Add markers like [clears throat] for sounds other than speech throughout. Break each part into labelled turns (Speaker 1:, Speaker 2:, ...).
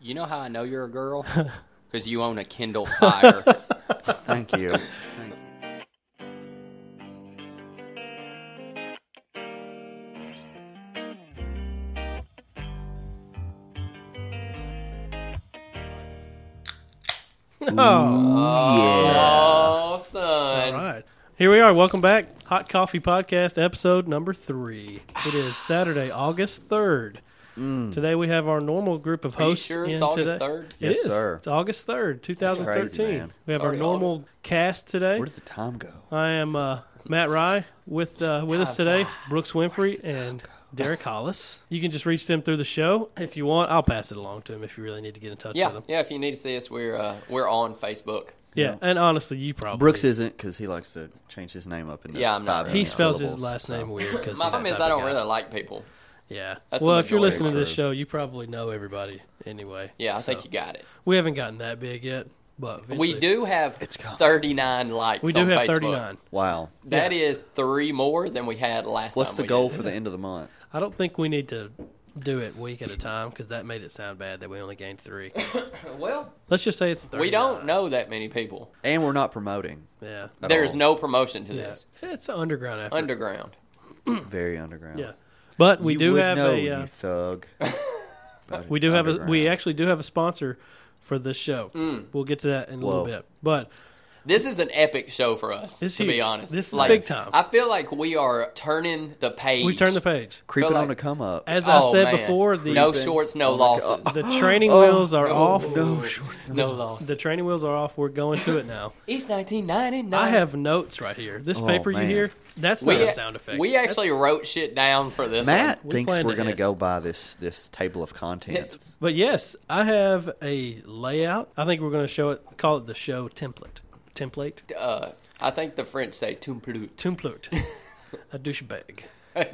Speaker 1: You know how I know you're a
Speaker 2: [laughs]
Speaker 1: girl? Because you own a Kindle Fire.
Speaker 3: Thank
Speaker 1: [laughs]
Speaker 3: you. Thank you.
Speaker 1: oh,
Speaker 2: All
Speaker 1: son.
Speaker 2: right. Here we are. Welcome back. Hot Coffee Podcast, episode number three.
Speaker 3: [sighs]
Speaker 2: It is Saturday, August 3rd.
Speaker 3: Mm.
Speaker 2: Today we have our normal group of
Speaker 1: Are you
Speaker 2: hosts.
Speaker 1: sure it's
Speaker 2: in
Speaker 1: August
Speaker 2: today.
Speaker 1: 3rd?
Speaker 2: It
Speaker 3: Yes,
Speaker 2: is.
Speaker 3: sir.
Speaker 2: It's August 3rd, 2013.
Speaker 3: crazy, man.
Speaker 2: we have
Speaker 1: It's
Speaker 2: our
Speaker 1: already
Speaker 2: normal cast today.
Speaker 3: Where does the time go?
Speaker 2: I am uh, Matt Rye with uh, with us today, Brooks Winfrey and Derek Hollis. You can just reach them through the show if you want. I'll pass it along to them if you really need to get in touch with
Speaker 1: Yeah,
Speaker 2: them.
Speaker 1: yeah. If you need to see us, we're uh, we're on Facebook.
Speaker 2: Yeah, and honestly, you probably
Speaker 3: Brooks isn't because he likes to change his name up into
Speaker 1: Yeah, I'm not
Speaker 3: five
Speaker 1: really.
Speaker 2: He
Speaker 1: Yeah.
Speaker 2: spells his
Speaker 3: syllables,
Speaker 2: last
Speaker 3: so.
Speaker 2: name weird because
Speaker 1: My problem is I don't really like people.
Speaker 2: Yeah.
Speaker 1: That's
Speaker 2: well,
Speaker 1: the
Speaker 2: if you're
Speaker 1: majority.
Speaker 2: listening to this
Speaker 3: True.
Speaker 2: show, you probably know everybody anyway.
Speaker 1: Yeah, I think you got it.
Speaker 2: We haven't gotten that big yet, but
Speaker 1: We
Speaker 2: eventually-
Speaker 1: do have
Speaker 3: It's coming.
Speaker 1: 39 likes.
Speaker 2: We do
Speaker 1: on
Speaker 2: have
Speaker 1: Facebook.
Speaker 2: 39.
Speaker 3: Wow.
Speaker 1: That is three more than we had last
Speaker 3: What's
Speaker 1: time.
Speaker 3: the
Speaker 1: we [laughs]
Speaker 3: goal
Speaker 1: did
Speaker 3: for the end of the month?
Speaker 2: I don't think we need to do it week at a time because that made it sound bad that we only gained three.
Speaker 1: it. Well,
Speaker 2: Let's just say it's 39.
Speaker 1: we don't know that many people.
Speaker 3: And we're not promoting.
Speaker 2: Yeah.
Speaker 3: At
Speaker 1: There's
Speaker 3: all.
Speaker 1: no promotion to
Speaker 2: yeah.
Speaker 1: this.
Speaker 2: It's an underground effort.
Speaker 1: Underground.
Speaker 3: Very underground.
Speaker 2: yeah. But we
Speaker 3: You
Speaker 2: do
Speaker 3: would
Speaker 2: have
Speaker 3: know,
Speaker 2: a
Speaker 3: you
Speaker 1: [laughs]
Speaker 2: uh,
Speaker 3: thug. About
Speaker 2: we do have a
Speaker 3: underground.
Speaker 2: we actually do have a sponsor for this show.
Speaker 1: Mm.
Speaker 2: We'll get to that in a little
Speaker 3: Whoa.
Speaker 2: bit. But
Speaker 1: This is an epic show for us,
Speaker 2: It's
Speaker 1: to be
Speaker 2: huge.
Speaker 1: honest.
Speaker 2: This is
Speaker 1: Like,
Speaker 2: big time.
Speaker 1: I feel like we are turning the page.
Speaker 2: we turn the page.
Speaker 3: creeping
Speaker 1: feel
Speaker 3: on
Speaker 1: like-
Speaker 3: the come up.
Speaker 2: As I
Speaker 1: Oh,
Speaker 2: said
Speaker 1: man.
Speaker 2: before, the
Speaker 1: no shorts, no losses.
Speaker 2: the training
Speaker 3: [gasps]
Speaker 2: wheels are
Speaker 1: Oh, no,
Speaker 2: off.
Speaker 3: Oh, no shorts.
Speaker 1: No losses.
Speaker 2: The training wheels are off. We're going to
Speaker 1: [laughs]
Speaker 2: it now.
Speaker 1: It's 1999.
Speaker 2: I have notes right here. This
Speaker 3: Oh,
Speaker 2: paper you
Speaker 3: man.
Speaker 2: hear, that's
Speaker 1: we,
Speaker 2: not a sound effect.
Speaker 1: We
Speaker 2: That's-
Speaker 1: actually wrote shit down for this.
Speaker 3: Matt
Speaker 2: We
Speaker 3: thinks
Speaker 2: planned
Speaker 3: we're
Speaker 2: it.
Speaker 3: going to go by this this table of contents.
Speaker 2: But yes, I have a layout. I think we're going to show it. Call it the show template. Template.
Speaker 1: one. Uh, I think the French say [laughs] "tumplute."
Speaker 2: Template.
Speaker 1: [laughs]
Speaker 2: a douchebag. a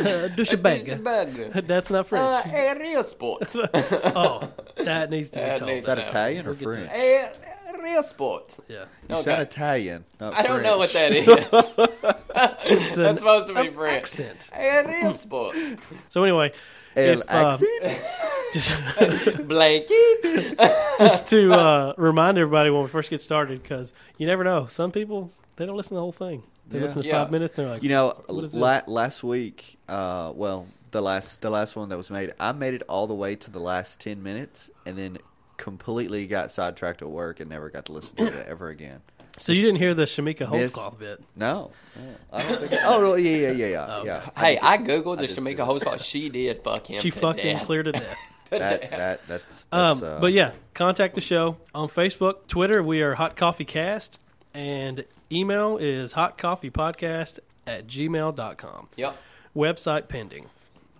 Speaker 2: douchebag.
Speaker 1: Bug.
Speaker 2: That's not
Speaker 1: Uh,
Speaker 2: French.
Speaker 1: a real sport.
Speaker 2: [laughs] oh, that needs to be
Speaker 1: That
Speaker 2: told.
Speaker 1: needs-
Speaker 3: Is that
Speaker 1: No,
Speaker 3: Italian or
Speaker 2: we'll get to
Speaker 3: French?
Speaker 2: that.
Speaker 1: a real sport.
Speaker 2: yeah,
Speaker 3: You
Speaker 1: [laughs]
Speaker 3: sound Italian. Not
Speaker 1: I don't know what
Speaker 3: French.
Speaker 1: that
Speaker 3: [laughs]
Speaker 1: is.
Speaker 2: it's
Speaker 1: That's
Speaker 2: an
Speaker 1: supposed to be French.
Speaker 2: accent.
Speaker 1: A real sport.
Speaker 2: [laughs] So anyway,
Speaker 3: El
Speaker 2: [laughs] if, uh,
Speaker 3: accent?
Speaker 2: just
Speaker 1: Blanket.
Speaker 2: [laughs] just to uh, remind everybody when we first get started, because you never know. Some people they don't listen to the whole thing. They
Speaker 3: Yeah.
Speaker 2: listen to
Speaker 1: Yeah.
Speaker 2: five minutes. and They're like,
Speaker 3: You know,
Speaker 2: What is
Speaker 3: la- last week, uh, well, the last the last one that was made, I made it all the way to the last ten minutes, and then completely got sidetracked at work and never got to listen to it ever again.
Speaker 2: so you didn't hear the Shamika
Speaker 3: Miss-
Speaker 2: Holtzclaw bit.
Speaker 3: No, no, I don't think. Oh no, yeah, yeah, yeah, yeah. yeah.
Speaker 1: [laughs] Hey,
Speaker 3: did-
Speaker 1: I googled
Speaker 3: I
Speaker 1: the
Speaker 3: did see
Speaker 1: Shamika
Speaker 3: that.
Speaker 1: Holtzclaw. She did
Speaker 2: [laughs]
Speaker 1: fuck him.
Speaker 2: She
Speaker 1: to
Speaker 2: fucked him
Speaker 1: death. [laughs]
Speaker 2: clear to death.
Speaker 3: that, that that's.
Speaker 2: Um,
Speaker 3: that's uh,
Speaker 2: but yeah, contact the show on Facebook, Twitter. We are Hot Coffee Cast, and email is hotcoffeepodcast at gmail.com.
Speaker 1: Yep.
Speaker 2: Website pending.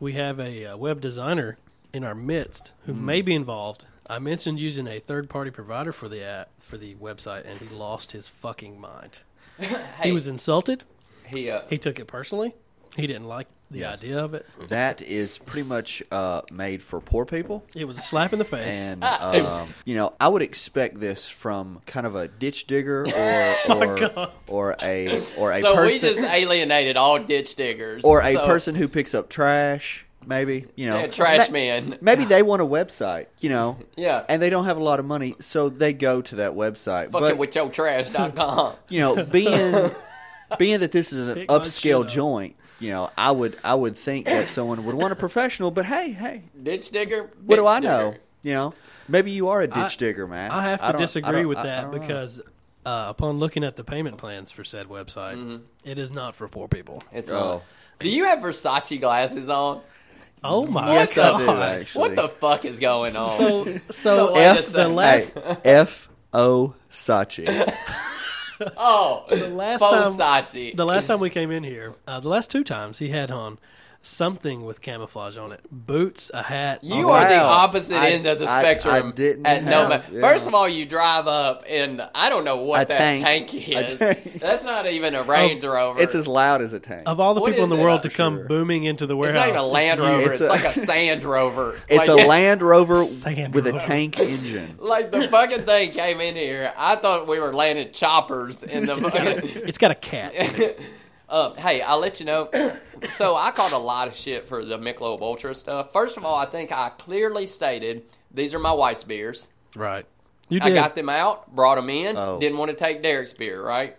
Speaker 2: We have a uh, web designer in our midst who
Speaker 3: Hmm.
Speaker 2: may be involved. I mentioned using a third party provider for the app, for the website, and he lost his fucking mind.
Speaker 1: Hey,
Speaker 2: He was insulted.
Speaker 1: he, uh,
Speaker 2: He took it personally. He didn't like the
Speaker 3: Yes.
Speaker 2: idea of it.
Speaker 3: that is pretty much uh, made for poor people.
Speaker 2: It was a slap in the face.
Speaker 3: And um, you know, I would expect this from kind of a ditch digger or or, or a or a
Speaker 1: so we
Speaker 3: person
Speaker 1: just
Speaker 3: [laughs]
Speaker 1: alienated all ditch diggers
Speaker 3: or a
Speaker 1: So,
Speaker 3: person who picks up trash. Maybe you know,
Speaker 1: yeah, trash
Speaker 3: Ma-
Speaker 1: man.
Speaker 3: Maybe they want a website, you know,
Speaker 1: Yeah.
Speaker 3: and they don't have a lot of money, so they go to that
Speaker 1: [laughs]
Speaker 3: website.
Speaker 1: Fuck
Speaker 3: but
Speaker 1: it with your trash.com.
Speaker 3: [laughs] you know,
Speaker 1: [laughs]
Speaker 3: being being that this is an
Speaker 2: Pick my shit
Speaker 3: upscale
Speaker 2: up.
Speaker 3: joint, you know, I would I would
Speaker 1: [coughs]
Speaker 3: think that someone would want a professional. But hey, hey,
Speaker 1: ditch digger.
Speaker 3: what do
Speaker 1: bitch
Speaker 3: I know?
Speaker 1: digger.
Speaker 3: You know, maybe you are a ditch
Speaker 2: I-
Speaker 3: digger, man.
Speaker 2: I have
Speaker 3: don't-
Speaker 2: to
Speaker 3: don't-
Speaker 2: disagree with
Speaker 3: I- I
Speaker 2: that
Speaker 3: don't know.
Speaker 2: because uh, upon looking at the payment plans for said website,
Speaker 3: Mm-hmm.
Speaker 2: it is not for poor people.
Speaker 1: It's
Speaker 3: Oh.
Speaker 1: Do you have Versace glasses on?
Speaker 2: Oh my
Speaker 3: Yes, I
Speaker 2: god!
Speaker 3: do, actually.
Speaker 1: What the fuck is going on?
Speaker 2: So so,
Speaker 1: So I
Speaker 3: F
Speaker 1: just
Speaker 2: the
Speaker 1: said-
Speaker 2: last
Speaker 3: hey, F O
Speaker 1: [laughs]
Speaker 3: Sachi.
Speaker 1: [laughs] oh,
Speaker 2: the last time
Speaker 1: Versace.
Speaker 2: the last time we came in here, uh, the last two times he had on something with camouflage on it: boots, a hat.
Speaker 1: you
Speaker 3: Oh,
Speaker 1: are the
Speaker 3: wow.
Speaker 1: opposite
Speaker 3: I-
Speaker 1: end of the
Speaker 3: I- I
Speaker 1: spectrum.
Speaker 3: didn't
Speaker 1: at no
Speaker 3: have-
Speaker 1: ma-
Speaker 3: yeah.
Speaker 1: First of all, you drive up, and I don't know what
Speaker 3: A
Speaker 1: that
Speaker 3: tank.
Speaker 1: tank,
Speaker 3: A
Speaker 1: is.
Speaker 3: tank.
Speaker 1: [laughs]
Speaker 3: Oh,
Speaker 1: That's not even
Speaker 3: [laughs]
Speaker 1: a Range Rover.
Speaker 3: It's as loud as a tank.
Speaker 2: of all the
Speaker 1: What
Speaker 2: people in
Speaker 1: is
Speaker 2: the
Speaker 1: it?
Speaker 2: world to
Speaker 1: Not
Speaker 2: come
Speaker 3: sure.
Speaker 2: booming into the
Speaker 1: It's
Speaker 2: warehouse,
Speaker 1: not even a Land
Speaker 2: you.
Speaker 1: Rover. It's,
Speaker 3: [laughs] It's a-
Speaker 1: like a Sand Rover.
Speaker 3: [laughs]
Speaker 1: like, [laughs]
Speaker 3: It's a Land Rover
Speaker 2: Sand
Speaker 3: with a
Speaker 2: Rover.
Speaker 3: tank engine.
Speaker 1: Like the fucking thing came in here. I thought we were landing choppers in
Speaker 2: [laughs]
Speaker 1: the fucking.
Speaker 2: It's got a cat.
Speaker 1: [laughs] um, hey, I'll let you know. So I caught a lot of shit for the Michelob Ultra stuff. First of all, I think I clearly stated These are my wife's beers.
Speaker 2: Right. You
Speaker 1: I
Speaker 2: did.
Speaker 1: got them out, brought them in.
Speaker 3: Oh.
Speaker 1: Didn't want to take Derek's beer, right?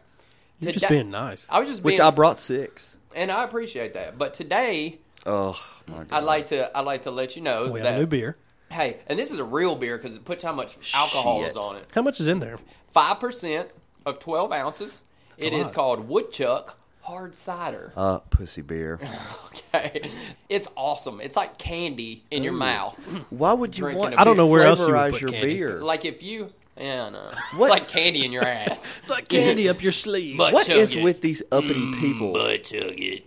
Speaker 2: You're just
Speaker 1: Today-
Speaker 2: being nice.
Speaker 1: I was just
Speaker 3: Which
Speaker 1: being,
Speaker 3: I brought six.
Speaker 1: and I appreciate that. But today,
Speaker 3: Oh my god!
Speaker 1: I'd like to I'd like to let you know
Speaker 2: We have
Speaker 1: that
Speaker 2: a Oh, new beer.
Speaker 1: hey, and this is a real beer because it puts how much alcohol
Speaker 3: Shit.
Speaker 1: is on it.
Speaker 2: How much is in there?
Speaker 1: Five percent of twelve ounces.
Speaker 2: a
Speaker 1: It is
Speaker 2: lot.
Speaker 1: called Woodchuck Hard Cider.
Speaker 3: uh
Speaker 1: [sighs]
Speaker 3: pussy beer.
Speaker 1: [laughs] Okay, it's awesome. It's like candy in your mouth. [laughs]
Speaker 3: Why would you
Speaker 1: Drinking
Speaker 3: want?
Speaker 1: a I don't
Speaker 3: to
Speaker 2: know where else you would
Speaker 3: flavorize
Speaker 2: put
Speaker 3: your
Speaker 2: candy.
Speaker 3: beer.
Speaker 1: Like if you, yeah,
Speaker 3: [laughs]
Speaker 1: no,
Speaker 3: What?
Speaker 1: it's like candy in your
Speaker 3: [laughs]
Speaker 1: ass.
Speaker 2: It's like candy up your sleeve.
Speaker 1: But-
Speaker 3: what
Speaker 1: chug
Speaker 3: is
Speaker 1: it.
Speaker 3: with these uppity
Speaker 1: Mm,
Speaker 3: people?
Speaker 1: But chug it.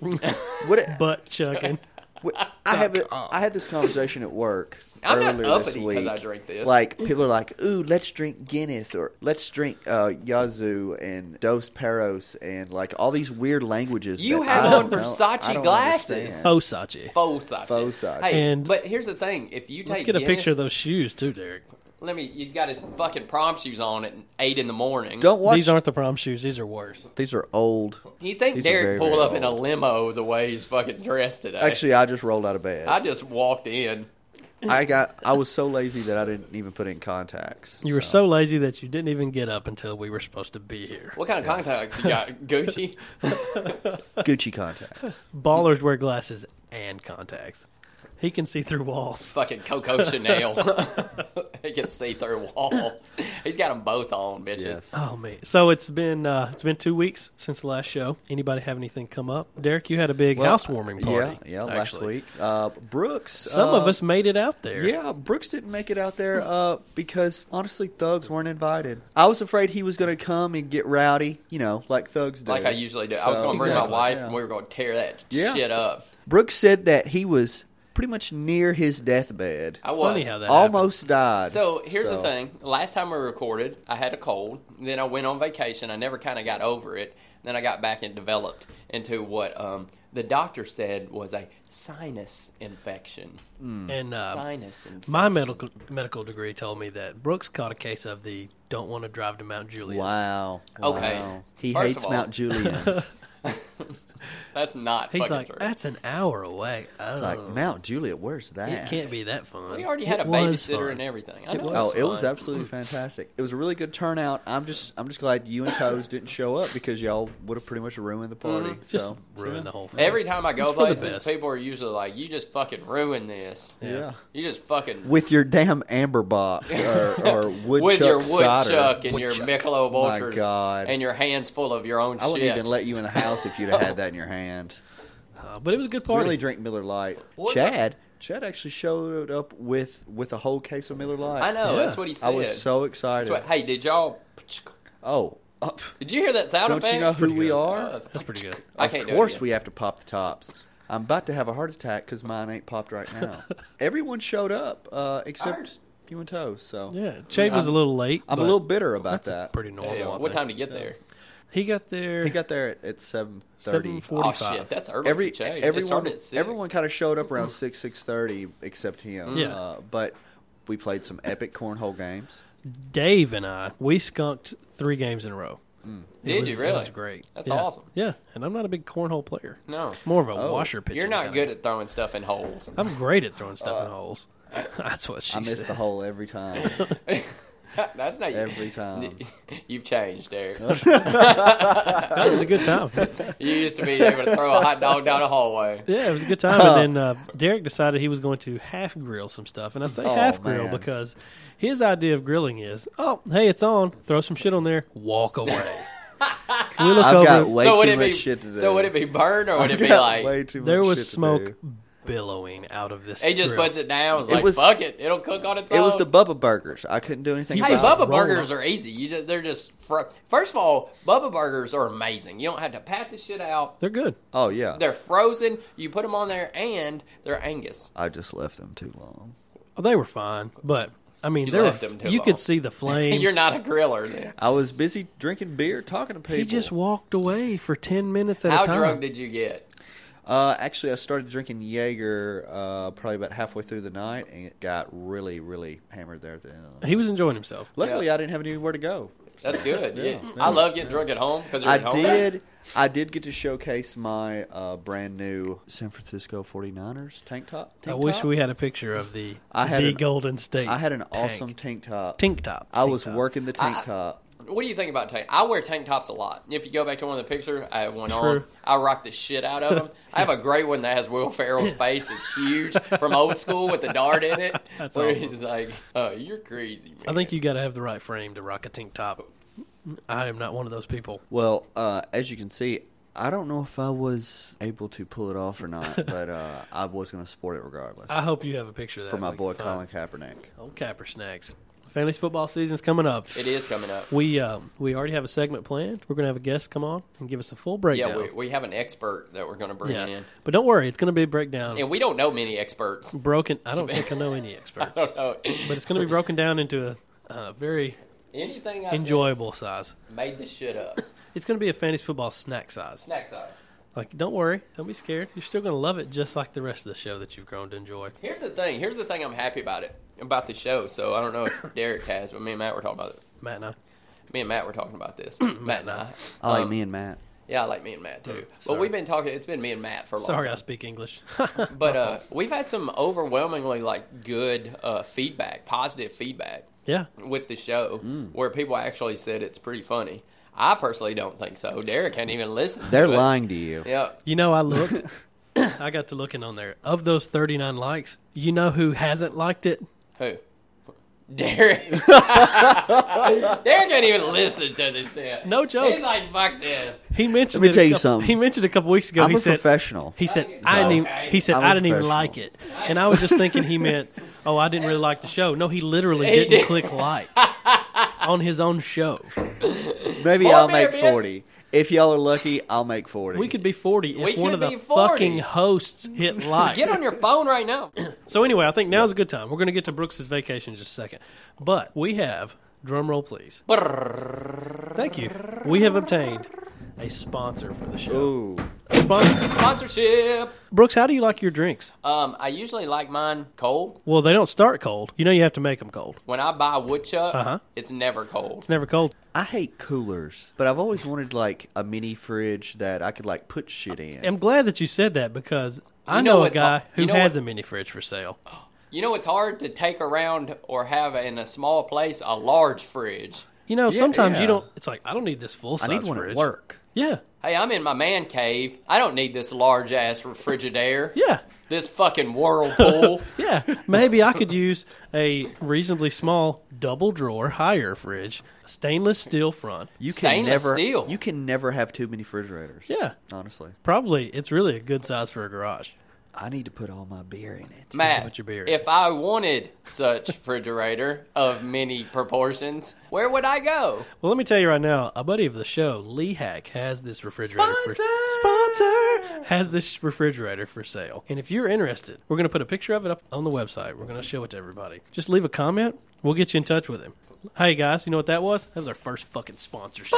Speaker 3: What,
Speaker 2: butt
Speaker 1: [laughs]
Speaker 2: chucking.
Speaker 3: what- I have a- I had this conversation at work
Speaker 1: I'm not
Speaker 3: earlier this
Speaker 1: uppity 'cause
Speaker 3: week.
Speaker 1: I drink this. [laughs]
Speaker 3: Like people are like, "Ooh, let's drink Guinness or let's drink uh, Yazoo and Dos Perros and like all these weird languages."
Speaker 1: You
Speaker 3: that
Speaker 1: have
Speaker 3: I don't
Speaker 1: on
Speaker 3: know-
Speaker 1: Versace
Speaker 3: I don't
Speaker 1: glasses.
Speaker 3: understand.
Speaker 2: Oh, Sachi.
Speaker 1: Faux sausage.
Speaker 3: Faux sausage.
Speaker 1: Hey,
Speaker 2: And-
Speaker 1: but here's the thing: if you take
Speaker 2: Let's get a
Speaker 1: Guinness-
Speaker 2: picture of those shoes too, Derek.
Speaker 1: Let me. You've got his fucking prom shoes on at eight in the morning.
Speaker 3: Don't watch.
Speaker 2: These aren't the prom shoes. These are worse.
Speaker 3: These are old.
Speaker 1: you think
Speaker 3: These are very,
Speaker 1: Derek pulled
Speaker 3: very
Speaker 1: up in a
Speaker 3: old.
Speaker 1: limo the way he's fucking dressed today?
Speaker 3: Actually, I just rolled out of bed.
Speaker 1: I
Speaker 3: I,
Speaker 1: just walked in.
Speaker 3: got. [laughs] I was so lazy that I didn't even put in contacts.
Speaker 2: You were so lazy that you didn't even get up until we were supposed to be here.
Speaker 1: What kind of contacts you
Speaker 3: [laughs]
Speaker 1: got? Gucci.
Speaker 3: Gucci
Speaker 2: [laughs]
Speaker 3: contacts.
Speaker 2: Ballers wear glasses and contacts. He can see through walls.
Speaker 1: fucking Coco Chanel. [laughs] he can see through walls. He's got them both on, bitches.
Speaker 3: Yes.
Speaker 2: Oh man! So it's been uh, it's been two weeks since the last show. Anybody have anything come up? Derek, you had a big
Speaker 3: Well,
Speaker 2: housewarming party.
Speaker 3: Yeah, yeah. Last
Speaker 2: actually.
Speaker 3: week, uh, Brooks.
Speaker 2: Some
Speaker 3: uh,
Speaker 2: of us made it out there.
Speaker 3: Yeah, Brooks didn't make it out there uh, because honestly, thugs weren't invited. I was afraid he was going to come and get rowdy, you know, like thugs do.
Speaker 1: Like I usually do. I was
Speaker 3: So-
Speaker 1: going to bring
Speaker 3: Exactly,
Speaker 1: my wife,
Speaker 3: yeah.
Speaker 1: and we were going to tear that
Speaker 3: Yeah.
Speaker 1: shit up.
Speaker 3: Brooks said that he was pretty much near his deathbed,
Speaker 1: I was.
Speaker 2: Funny how that
Speaker 3: almost died.
Speaker 1: So here's
Speaker 3: So,
Speaker 1: the thing. Last time we recorded, I had a cold. Then I went on vacation. I never kind of got over it. Then I got back and developed into what um, the doctor said was a sinus infection.
Speaker 2: happened. and uh,
Speaker 1: sinus infection.
Speaker 2: my medical medical degree told me that Brooks caught a case of the don't want to drive to Mount Juliet. [laughs]
Speaker 3: Wow.
Speaker 1: Okay.
Speaker 3: wow. He
Speaker 1: First of
Speaker 3: hates
Speaker 1: all- [laughs]
Speaker 3: Mount Julian's.
Speaker 1: That's not
Speaker 2: He's
Speaker 1: fucking
Speaker 2: like,
Speaker 1: true.
Speaker 2: that's an hour away. Oh,
Speaker 3: It's like Mount Juliet. Where's that?
Speaker 2: it can't be that fun.
Speaker 1: we already had
Speaker 2: It
Speaker 1: a
Speaker 2: was
Speaker 1: babysitter
Speaker 2: fun.
Speaker 1: and everything. I
Speaker 2: It
Speaker 1: know.
Speaker 2: was.
Speaker 3: Oh,
Speaker 2: That's
Speaker 3: it was
Speaker 2: fine.
Speaker 3: absolutely fantastic. It was a really good turnout. I'm just I'm just glad you and Toes didn't show up because y'all would have pretty much ruined the
Speaker 1: Mm-hmm.
Speaker 3: party.
Speaker 2: Just
Speaker 3: so
Speaker 2: ruined the whole thing.
Speaker 1: Every time I go
Speaker 2: It's for the
Speaker 1: places,
Speaker 2: best.
Speaker 1: people are usually like, "You just fucking ruined this.
Speaker 3: yeah. yeah.
Speaker 1: You just fucking
Speaker 3: With your damn
Speaker 1: [laughs]
Speaker 3: amber box or, or woodchuck
Speaker 1: with your
Speaker 3: cider.
Speaker 1: woodchuck and your
Speaker 2: Woodchuck.
Speaker 1: Michelob
Speaker 3: My
Speaker 1: Ultras
Speaker 3: God.
Speaker 1: and your hands full of your own
Speaker 3: I wouldn't
Speaker 1: shit."
Speaker 3: even let you in the house if you'd have had that in your hand.
Speaker 2: Uh, but it was a good
Speaker 3: We
Speaker 2: party.
Speaker 3: Really drink Miller Lite.
Speaker 1: What the-
Speaker 3: Chad, Chad actually showed up with with a whole case of Miller Lite.
Speaker 1: I know.
Speaker 2: Yeah.
Speaker 1: That's what he said.
Speaker 3: I was so
Speaker 1: That's
Speaker 3: excited.
Speaker 1: what- hey, did y'all?
Speaker 3: oh, uh,
Speaker 1: Did you hear that sound
Speaker 3: don't
Speaker 1: effect?
Speaker 3: you know who
Speaker 2: Pretty
Speaker 3: we
Speaker 2: good.
Speaker 3: are?
Speaker 1: Oh, [laughs] that's-
Speaker 2: That's pretty good.
Speaker 1: I
Speaker 3: of
Speaker 1: can't do it
Speaker 3: course
Speaker 1: again.
Speaker 3: we have to pop the tops. I'm about to have a heart attack because mine ain't popped right
Speaker 2: [laughs]
Speaker 3: now. Everyone showed up uh, except
Speaker 1: Ours.
Speaker 3: you and Toes. So
Speaker 2: Yeah, Chad was a little late.
Speaker 3: I'm a
Speaker 2: but
Speaker 3: little bitter about
Speaker 2: That's a
Speaker 3: that.
Speaker 2: pretty normal.
Speaker 1: Yeah,
Speaker 2: I
Speaker 1: what
Speaker 2: think.
Speaker 1: time did you get there?
Speaker 2: He got there.
Speaker 3: He got there at, at seven
Speaker 2: seven
Speaker 3: thirty.
Speaker 1: Oh
Speaker 2: forty-five.
Speaker 1: shit, that's early.
Speaker 3: Every
Speaker 1: for Jay. it
Speaker 3: everyone
Speaker 1: started at six.
Speaker 3: everyone kind of showed
Speaker 2: [clears throat]
Speaker 3: up around six six thirty except him.
Speaker 2: Yeah.
Speaker 3: Uh, but we played some epic cornhole games.
Speaker 2: Dave and I, we skunked three games in a row.
Speaker 3: Mm.
Speaker 2: It
Speaker 1: Did
Speaker 2: was-
Speaker 1: you
Speaker 2: It
Speaker 1: really?
Speaker 2: was great.
Speaker 1: That's
Speaker 2: Yeah.
Speaker 1: awesome.
Speaker 2: Yeah, and I'm not a big cornhole player.
Speaker 1: No,
Speaker 2: More of a
Speaker 3: Oh.
Speaker 2: washer pitcher.
Speaker 1: you're not
Speaker 2: kinda.
Speaker 1: good at throwing stuff in holes. [laughs]
Speaker 2: I'm great at throwing stuff in holes. [laughs] That's what she
Speaker 3: Uh, I missed
Speaker 2: said.
Speaker 3: the hole every time.
Speaker 1: that's not
Speaker 3: Every time.
Speaker 1: [laughs] You've changed, Derek.
Speaker 2: That was a
Speaker 3: [laughs]
Speaker 2: good time.
Speaker 1: you used to be able to throw a hot dog down a hallway.
Speaker 2: yeah, it was a good time.
Speaker 3: [laughs]
Speaker 2: And then uh, Derek decided he was going to half grill some stuff, and I say
Speaker 3: Oh,
Speaker 2: half grill
Speaker 3: man.
Speaker 2: because his idea of grilling is, oh, hey, it's on. Throw some shit on there.
Speaker 3: [laughs]
Speaker 2: Walk away. we look
Speaker 3: I've
Speaker 2: over.
Speaker 3: got [laughs] way
Speaker 1: so would
Speaker 3: too
Speaker 1: it
Speaker 3: much
Speaker 1: be?
Speaker 3: shit to do.
Speaker 1: So would it be burned or would it
Speaker 3: [laughs] I've
Speaker 1: be
Speaker 3: got
Speaker 1: like?
Speaker 3: way too much
Speaker 2: there
Speaker 3: shit
Speaker 2: was
Speaker 3: to
Speaker 2: smoke
Speaker 3: do.
Speaker 2: billowing out of this.
Speaker 1: He just
Speaker 2: grill.
Speaker 1: puts it down. It's
Speaker 3: It
Speaker 1: like
Speaker 3: was-
Speaker 1: fuck it, it'll cook on its own.
Speaker 3: It was the Bubba burgers. I couldn't do anything.
Speaker 1: Hey,
Speaker 3: about
Speaker 1: Bubba
Speaker 3: it.
Speaker 2: roll
Speaker 1: burgers are easy. You just, they're just fr- first of all, Bubba burgers are amazing. You don't have to pat the shit out.
Speaker 2: They're good.
Speaker 3: Oh yeah.
Speaker 1: They're frozen. You put them on there, and they're Angus. [laughs]
Speaker 3: I just left them too long.
Speaker 2: Oh, they were fine, but I mean,
Speaker 1: You
Speaker 2: there were,
Speaker 1: left them too
Speaker 2: you could
Speaker 1: long. [laughs]
Speaker 2: see the flames.
Speaker 1: You're not a griller. Then.
Speaker 3: I was busy drinking beer, talking to people.
Speaker 2: He just walked away for ten minutes at
Speaker 1: How
Speaker 2: a time.
Speaker 1: drunk did you get?
Speaker 3: Uh, actually, I started drinking Jaeger uh, probably about halfway through the night, and it got really, really hammered there at the end of the night.
Speaker 2: He was enjoying himself.
Speaker 3: Luckily, I didn't have anywhere to go.
Speaker 1: That's good. Yeah,
Speaker 3: yeah.
Speaker 1: I love getting drunk at home because you're
Speaker 3: I
Speaker 1: at home.
Speaker 3: did. I did get to showcase my uh, brand new San Francisco 49ers tank top.
Speaker 2: I
Speaker 3: tank
Speaker 2: wish
Speaker 3: top.
Speaker 2: we had a picture of the
Speaker 3: I had
Speaker 2: the
Speaker 3: an-
Speaker 2: Golden State.
Speaker 3: I had an
Speaker 2: tank.
Speaker 3: awesome tank top.
Speaker 2: Tank top.
Speaker 3: I
Speaker 2: tank
Speaker 3: was
Speaker 2: top.
Speaker 3: working the tank
Speaker 1: I-
Speaker 3: top.
Speaker 1: What do you think about tank? I wear tank tops a lot. If you go back to one of the pictures, I have one on.
Speaker 2: True.
Speaker 1: I rock the shit out of
Speaker 2: [laughs]
Speaker 1: them. I have a great one that has Will Ferrell's face. It's huge from old school with the dart in it.
Speaker 2: [laughs] That's
Speaker 1: where
Speaker 2: awesome.
Speaker 1: he's like, "Oh, you're crazy." Man.
Speaker 2: I think you got to have the right frame to rock a tank top. I am not one of those people.
Speaker 3: Well, uh, as you can see, I don't know if I was able to pull it off or
Speaker 2: [laughs]
Speaker 3: not, but uh, I was going to support it regardless
Speaker 2: I hope you have a picture of that
Speaker 3: for my
Speaker 2: we can
Speaker 3: boy
Speaker 2: find.
Speaker 3: Colin Kaepernick.
Speaker 2: Old Capper Snacks. Fantasy football season's coming up.
Speaker 1: it is coming up.
Speaker 2: We um, we already have a segment planned. We're going to have a guest come on and give us a full breakdown.
Speaker 1: yeah, we, we have an expert that we're going to bring
Speaker 2: Yeah.
Speaker 1: in,
Speaker 2: But don't worry, it's going to be a breakdown.
Speaker 1: and we don't know many experts. [laughs]
Speaker 2: broken. I don't think I know any experts,
Speaker 1: I don't know.
Speaker 2: but it's going to be broken down into a, a very
Speaker 1: Anything I enjoy
Speaker 2: enjoyable size.
Speaker 1: made the shit up.
Speaker 2: It's going to be a fantasy football snack size.
Speaker 1: Snack size.
Speaker 2: Like, don't worry, don't be scared. You're still going to love it, just like the rest of the show that you've grown to enjoy.
Speaker 1: Here's the thing. Here's the thing. I'm happy about it about the show. So I don't know if Derek has, but me and Matt were talking about it.
Speaker 2: Matt and I.
Speaker 1: Me and Matt were talking about this. Matt and I.
Speaker 3: I like
Speaker 1: Um,
Speaker 3: me and Matt.
Speaker 1: Yeah, I like me and Matt too.
Speaker 2: sorry.
Speaker 1: But we've been talking. It's been me and Matt for a long
Speaker 2: Sorry, I
Speaker 1: time.
Speaker 2: speak English. [laughs]
Speaker 1: But uh, we've had some overwhelmingly like good uh, feedback, positive feedback
Speaker 2: yeah,
Speaker 1: with the show, where people actually said it's pretty funny. I personally don't think so. Derek can't even listen.
Speaker 3: They're
Speaker 1: to it.
Speaker 3: lying to you.
Speaker 1: Yeah.
Speaker 2: you know,
Speaker 1: [laughs]
Speaker 2: I looked. [coughs] I got to looking on there. Of those 39 likes, you know who hasn't liked it?
Speaker 1: Who? Derek. Derek can't even listen to this shit.
Speaker 2: No joke.
Speaker 1: He's like, fuck this.
Speaker 2: He mentioned.
Speaker 3: Let me
Speaker 2: it a
Speaker 3: tell you
Speaker 2: couple-
Speaker 3: something.
Speaker 2: He mentioned a couple weeks ago.
Speaker 3: I'm
Speaker 2: he
Speaker 3: a
Speaker 2: said,
Speaker 3: professional.
Speaker 2: He said, "I didn't." Even, he said,
Speaker 3: I'm a
Speaker 2: "I didn't even
Speaker 3: professional.
Speaker 2: like it," and I was just thinking he meant, "Oh, I didn't really like the show." No, he literally
Speaker 1: He
Speaker 2: didn't
Speaker 1: did.
Speaker 2: click like on his own show.
Speaker 3: Maybe
Speaker 1: More
Speaker 3: I'll
Speaker 1: beer,
Speaker 3: make
Speaker 1: bitch.
Speaker 3: 40. If y'all are lucky, I'll make 40.
Speaker 2: We could be forty if
Speaker 1: We
Speaker 2: one
Speaker 1: could
Speaker 2: of the
Speaker 1: be 40.
Speaker 2: fucking hosts hit like.
Speaker 1: Get on your phone right now.
Speaker 2: so anyway, I think now's a good time. We're going to get to Brooks's vacation in just a second, but we have drum roll, please. Thank you. We have obtained a sponsor for the show.
Speaker 3: Ooh.
Speaker 2: A sponsor.
Speaker 1: Sponsorship.
Speaker 2: Brooks, how do you like your drinks?
Speaker 1: Um, I usually like mine cold.
Speaker 2: Well, they don't start cold. You know, you have to make them cold.
Speaker 1: When I buy woodchuck,
Speaker 2: Uh-huh.
Speaker 1: it's never cold.
Speaker 2: It's never cold.
Speaker 3: I hate coolers, but I've always wanted like a mini fridge that I could like put shit in.
Speaker 2: I'm glad that you said that because I
Speaker 1: You know
Speaker 2: know, a
Speaker 1: what's
Speaker 2: guy
Speaker 1: hot-
Speaker 2: who
Speaker 1: you know
Speaker 2: has
Speaker 1: what-
Speaker 2: a mini fridge for sale.
Speaker 3: Oh.
Speaker 1: You know, it's hard to take around or have in a small place a large fridge.
Speaker 2: You know, sometimes
Speaker 3: yeah.
Speaker 2: you don't. It's like I don't need this full
Speaker 3: I
Speaker 2: size
Speaker 3: need one
Speaker 2: fridge.
Speaker 3: at work.
Speaker 2: Yeah,
Speaker 1: Hey, I'm in my man cave. I don't need this large ass refrigerator.
Speaker 2: yeah,
Speaker 1: This fucking
Speaker 2: [laughs]
Speaker 1: whirlpool.
Speaker 2: yeah. Maybe I could use a reasonably small double drawer higher fridge, stainless steel front.
Speaker 3: You can
Speaker 1: Stainless
Speaker 3: never
Speaker 1: steel.
Speaker 3: you can never have too many refrigerators.
Speaker 2: Yeah,
Speaker 3: Honestly,
Speaker 2: probably it's really a good size for a garage.
Speaker 3: I need to put all my beer in it.
Speaker 1: Matt,
Speaker 2: Put your beer in.
Speaker 1: if I wanted such refrigerator of many proportions, where would I go?
Speaker 2: Well, let me tell you right now, a buddy of the show, Lee Hack, has this refrigerator
Speaker 1: Sponsor!
Speaker 2: for sponsor has this refrigerator for sale. And if you're interested, we're going to put a picture of it up on the website. We're going to show it to everybody. Just leave a comment. We'll get you in touch with him. Hey guys, you know what that was? That was our first fucking sponsorship.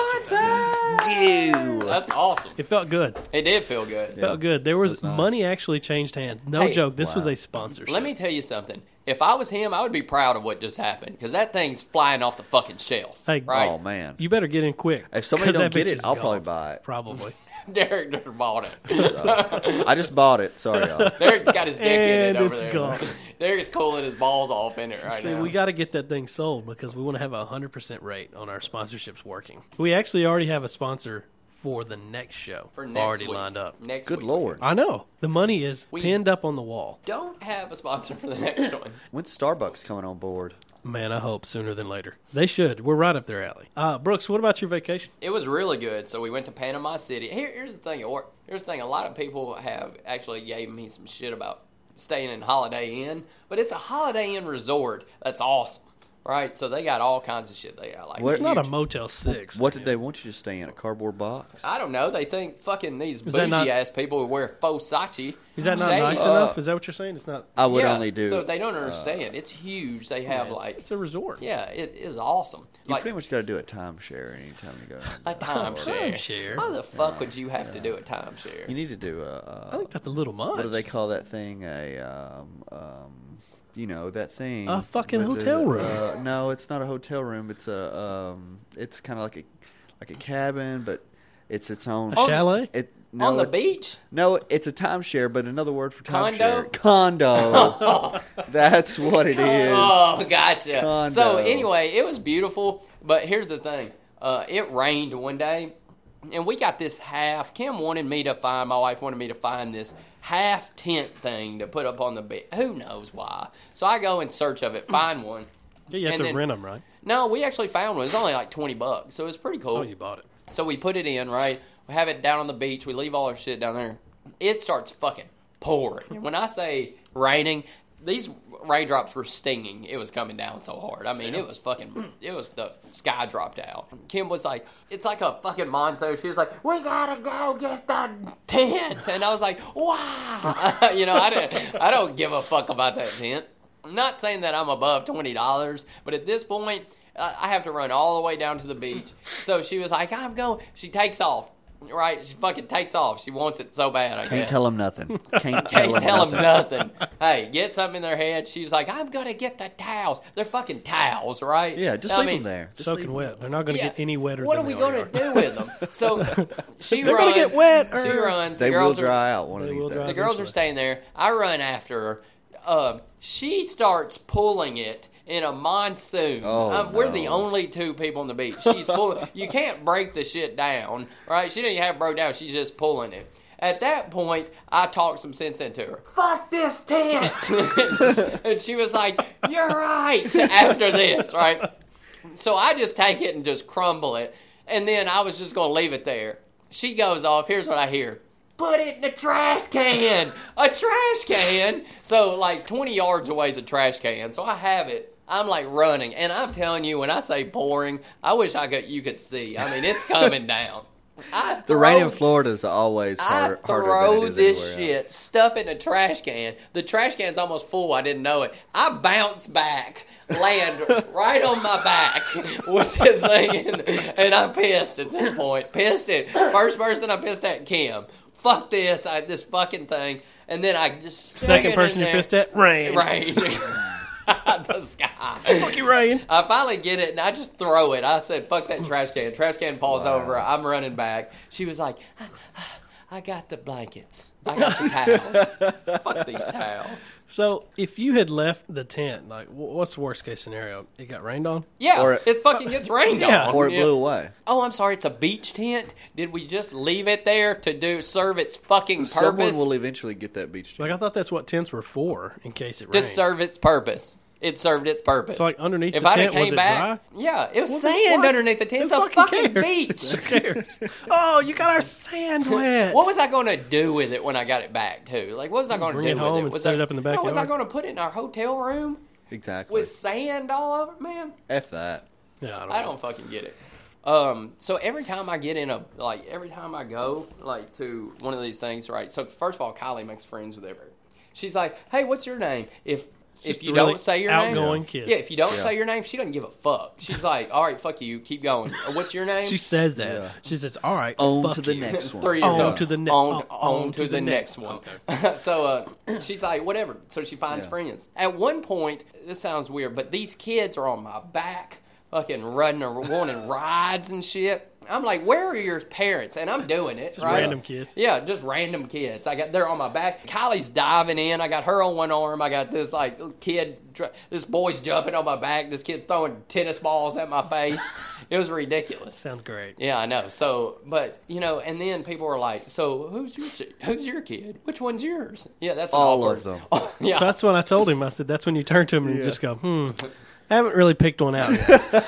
Speaker 3: Ew.
Speaker 1: That's awesome.
Speaker 2: It felt good.
Speaker 1: It did feel good.
Speaker 2: Felt good. There was
Speaker 3: That's nice.
Speaker 2: money actually changed hands. No
Speaker 1: Hey,
Speaker 2: joke. This was
Speaker 3: wow.
Speaker 2: a sponsorship.
Speaker 1: Let me tell you something. If I was him, I would be proud of what just happened because that thing's flying off the fucking shelf. [laughs]
Speaker 2: Hey,
Speaker 1: right?
Speaker 3: Oh man.
Speaker 2: You better get in quick.
Speaker 3: If somebody
Speaker 2: 'cause
Speaker 3: don't
Speaker 2: that
Speaker 3: get
Speaker 2: bitch
Speaker 3: it,
Speaker 2: is
Speaker 3: I'll
Speaker 2: gone.
Speaker 3: probably buy it.
Speaker 2: Probably.
Speaker 1: Derek just bought it.
Speaker 3: I just bought it. Sorry,
Speaker 2: [laughs]
Speaker 3: y'all.
Speaker 1: Derek's got his dick in
Speaker 2: And
Speaker 1: it over
Speaker 2: it's
Speaker 1: there. [laughs]
Speaker 2: gone.
Speaker 1: Derek's cooling his balls off in it right
Speaker 2: See,
Speaker 1: now.
Speaker 2: we got to get that thing sold because we want to have a hundred percent rate on our sponsorships working. We actually already have a sponsor for the next show
Speaker 1: For next
Speaker 2: already
Speaker 1: week.
Speaker 2: lined up.
Speaker 1: Next
Speaker 3: Good
Speaker 1: week.
Speaker 3: lord.
Speaker 2: I know the money is
Speaker 1: We-
Speaker 2: pinned up on the wall.
Speaker 1: Don't have a sponsor for the next one.
Speaker 3: When's Starbucks coming on board?
Speaker 2: Man, I hope sooner than later. They should. We're right up their alley. Uh, Brooks, what about your vacation?
Speaker 1: It was really good. So we went to Panama City. Here, here's the thing. it wor- Here's the thing. A lot of people have actually gave me some shit about staying in Holiday Inn, but it's a Holiday Inn resort. That's awesome. right? So they got all kinds of shit. They got like
Speaker 3: What-
Speaker 2: It's not a Motel Six.
Speaker 3: What did they want you to stay in a cardboard box?
Speaker 1: I don't know. They think fucking these
Speaker 2: Is
Speaker 1: bougie
Speaker 2: that not-
Speaker 1: ass people who wear faux Sachi.
Speaker 2: Is that not
Speaker 1: shades.
Speaker 2: nice enough? Is that what you're saying? It's not.
Speaker 3: I would
Speaker 1: Yeah,
Speaker 3: only do. uh,
Speaker 1: So they don't understand. it's huge. They have
Speaker 2: it's,
Speaker 1: like
Speaker 2: it's a resort.
Speaker 1: yeah, it is awesome.
Speaker 3: you
Speaker 1: Like
Speaker 3: pretty much got to do a timeshare anytime you go. down
Speaker 1: a timeshare.
Speaker 3: there.
Speaker 2: timeshare.
Speaker 1: Why the fuck would you have to do a timeshare?
Speaker 3: You need to do a. uh
Speaker 2: I think that's a little Oh, much.
Speaker 3: what do they call that thing? A um, um, you know that thing.
Speaker 2: A fucking
Speaker 3: with the-
Speaker 2: hotel room.
Speaker 3: Uh, no, it's not a hotel room. It's a um, it's kind of like a like a cabin, but it's its own.
Speaker 2: a chalet?
Speaker 3: It no,
Speaker 1: On the
Speaker 3: it's-
Speaker 1: beach?
Speaker 3: No, it's a timeshare, but another word for
Speaker 1: Condo?
Speaker 3: timeshare.
Speaker 1: [laughs]
Speaker 3: Condo. That's what it is.
Speaker 1: Oh, gotcha.
Speaker 3: Condo.
Speaker 1: So anyway, it was beautiful, but here's the thing: uh, it rained one day, and we got this half. Kim wanted me to find my wife wanted me to find this half tent thing to put up on the bed. Who knows why? So I go in search of it, find one.
Speaker 2: Yeah, you have
Speaker 1: and
Speaker 2: to
Speaker 1: then-
Speaker 2: rent them, right?
Speaker 1: No, we actually found one. It was only like twenty bucks, so it was pretty cool.
Speaker 2: Oh, you bought it.
Speaker 1: So we put it in, right? We have it down on the beach. We leave all our shit down there. It starts fucking pouring. And when I say raining, these raindrops were stinging. It was coming down so hard. I mean, it was fucking, it was the sky dropped out. Kim was like, it's like a fucking monsoon. She was like, we gotta go get the tent. And I was like, wow. [laughs] you know, I, didn't, I don't give a fuck about that tent. I'm not saying that I'm above twenty dollars, but at this point, uh, I I have to run all the way down to the beach. So she was like, "I'm going." She takes off, right? She fucking takes off. She wants it so bad. I
Speaker 3: Can't
Speaker 1: guess.
Speaker 3: tell them nothing. Can't tell,
Speaker 1: Can't
Speaker 3: 'em
Speaker 1: tell
Speaker 3: nothing.
Speaker 1: them nothing. hey, get something in their head. She's like, "I'm gonna get the towels." They're fucking towels, right?
Speaker 3: Yeah, just
Speaker 1: I
Speaker 3: leave
Speaker 1: mean,
Speaker 3: them there. Just leave
Speaker 2: Soaking
Speaker 3: 'em.
Speaker 2: wet. They're not going to
Speaker 1: yeah,
Speaker 2: get any wetter.
Speaker 1: What
Speaker 2: than
Speaker 1: are we
Speaker 2: they
Speaker 1: gonna
Speaker 2: already are.
Speaker 1: do with them?
Speaker 2: [laughs]
Speaker 1: So she
Speaker 3: They're
Speaker 1: runs.
Speaker 3: gonna get wet.
Speaker 1: She runs.
Speaker 3: They
Speaker 1: the
Speaker 3: will
Speaker 1: girls are-
Speaker 3: dry out one of
Speaker 2: They
Speaker 3: these
Speaker 2: will
Speaker 3: days.
Speaker 2: dry
Speaker 1: the girls are
Speaker 2: Eventually.
Speaker 1: staying there. I run after her. Um, she starts pulling it in a monsoon.
Speaker 3: Oh,
Speaker 1: Um, We're the
Speaker 3: no.
Speaker 1: only two people on the beach. She's
Speaker 3: [laughs]
Speaker 1: pulling. you can't break the shit down, right? She didn't even have it broke down. She's just pulling it. At that point, I talked some sense into her. Fuck this tent!
Speaker 3: [laughs]
Speaker 1: [laughs] and she was like, "You're right." After this, right? So I just take it and just crumble it. And then I was just going to leave it there. She goes off. Here's what I hear Put it in a trash can. A trash can. So, like 20 yards away is a trash can. So I have it. I'm like running. And I'm telling you, when I say pouring, I wish I could you could see. I mean, it's coming down. I
Speaker 3: The rain in
Speaker 1: throw-
Speaker 3: Florida is always
Speaker 1: I
Speaker 3: harder, harder
Speaker 1: throw
Speaker 3: than it is
Speaker 1: this
Speaker 3: anywhere
Speaker 1: shit,
Speaker 3: else.
Speaker 1: stuff in a trash can. The trash can's almost full. I didn't know it. I bounce back,
Speaker 3: [laughs]
Speaker 1: land right on my back with this thing, in, and I'm pissed at this point. Pissed at first person. I pissed at Kim. Fuck this. I, this fucking thing. And then I just
Speaker 2: Second person you pissed at? Rain.
Speaker 1: Rain. [laughs] the sky.
Speaker 2: [laughs] Fuck you, rain.
Speaker 1: I finally get it, and I just throw it. I said, "Fuck that trash can!" Trash can falls over. I'm running back. She was like, "I, I got the blankets. I got the
Speaker 3: [laughs]
Speaker 1: towels. Fuck these towels."
Speaker 2: So if you had left the tent, like, wh- what's the worst case scenario? It got rained on.
Speaker 1: Yeah,
Speaker 3: Or-
Speaker 1: it fucking gets rained
Speaker 2: Yeah.
Speaker 1: on.
Speaker 3: Or it
Speaker 1: Yeah.
Speaker 3: blew away.
Speaker 1: Oh, I'm sorry. It's a beach tent. Did we just leave it there to do serve its fucking purpose?
Speaker 3: Someone will eventually get that beach.
Speaker 2: Like I thought that's what tents were for, in case it rained.
Speaker 1: Just serve its purpose. It served its purpose.
Speaker 2: So, like, underneath
Speaker 1: if
Speaker 2: the
Speaker 1: I'd
Speaker 2: tent,
Speaker 1: have came
Speaker 2: was it
Speaker 1: back, yeah, it was sand underneath the tent. It's a fucking
Speaker 2: [laughs]
Speaker 1: beach.
Speaker 2: oh, you got our sand wet.
Speaker 1: What was I going to do with it when I got it back too? Like, what was I going to
Speaker 2: Bring
Speaker 1: do
Speaker 2: it home
Speaker 1: with it?
Speaker 2: and
Speaker 1: Was
Speaker 2: set
Speaker 1: I,
Speaker 2: it up in the
Speaker 1: No, was I
Speaker 2: backyard?
Speaker 1: going to put it in our hotel room
Speaker 3: Exactly.
Speaker 1: with sand all over? Man,
Speaker 3: F that.
Speaker 2: Yeah, I don't.
Speaker 1: I
Speaker 2: know.
Speaker 1: don't fucking get it. Um, so every time I get in a like, every time I go like to one of these things, right? So first of all, Kylie makes friends with everyone. She's like, "Hey, what's your name?" If if
Speaker 2: Just
Speaker 1: you
Speaker 2: a really
Speaker 1: don't say your
Speaker 2: outgoing
Speaker 1: name,
Speaker 2: kid.
Speaker 1: yeah, if you don't
Speaker 3: Yeah.
Speaker 1: say your name, she doesn't give a fuck. She's like, "All right, fuck you, keep going." What's your name?
Speaker 2: She says that.
Speaker 3: Yeah.
Speaker 2: She says, "All right,
Speaker 3: On
Speaker 2: fuck
Speaker 3: to the
Speaker 2: you." [laughs]
Speaker 3: next one.
Speaker 1: Three years
Speaker 2: On
Speaker 1: old.
Speaker 2: to the ne-
Speaker 1: on,
Speaker 2: on-
Speaker 1: on to, the, next, one. [laughs] so uh, she's like, whatever. So she finds
Speaker 3: Yeah.
Speaker 1: friends. At one point, this sounds weird, but these kids are on my back, fucking running or
Speaker 2: [laughs]
Speaker 1: wanting rides and shit. I'm like, where are your parents? And I'm doing it.
Speaker 2: Just
Speaker 1: right?
Speaker 2: random kids.
Speaker 1: Yeah, just random kids. I got they're on my back. Kylie's diving in. I got her on one arm. I got this like kid. dr- This boy's jumping on my back. This kid's throwing tennis balls at my face.
Speaker 2: [laughs]
Speaker 1: it was ridiculous.
Speaker 2: Sounds great.
Speaker 1: Yeah, I know. So, but you know, and then people are like, "So who's your who's your kid? Which one's yours?" Yeah, that's an
Speaker 3: All
Speaker 1: awkward.
Speaker 3: of them.
Speaker 1: [laughs] yeah,
Speaker 2: That's when I told him. I said, "That's when you turn to him and
Speaker 3: Yeah.
Speaker 2: just go, hmm." I haven't really picked
Speaker 3: [laughs]
Speaker 2: one out yet.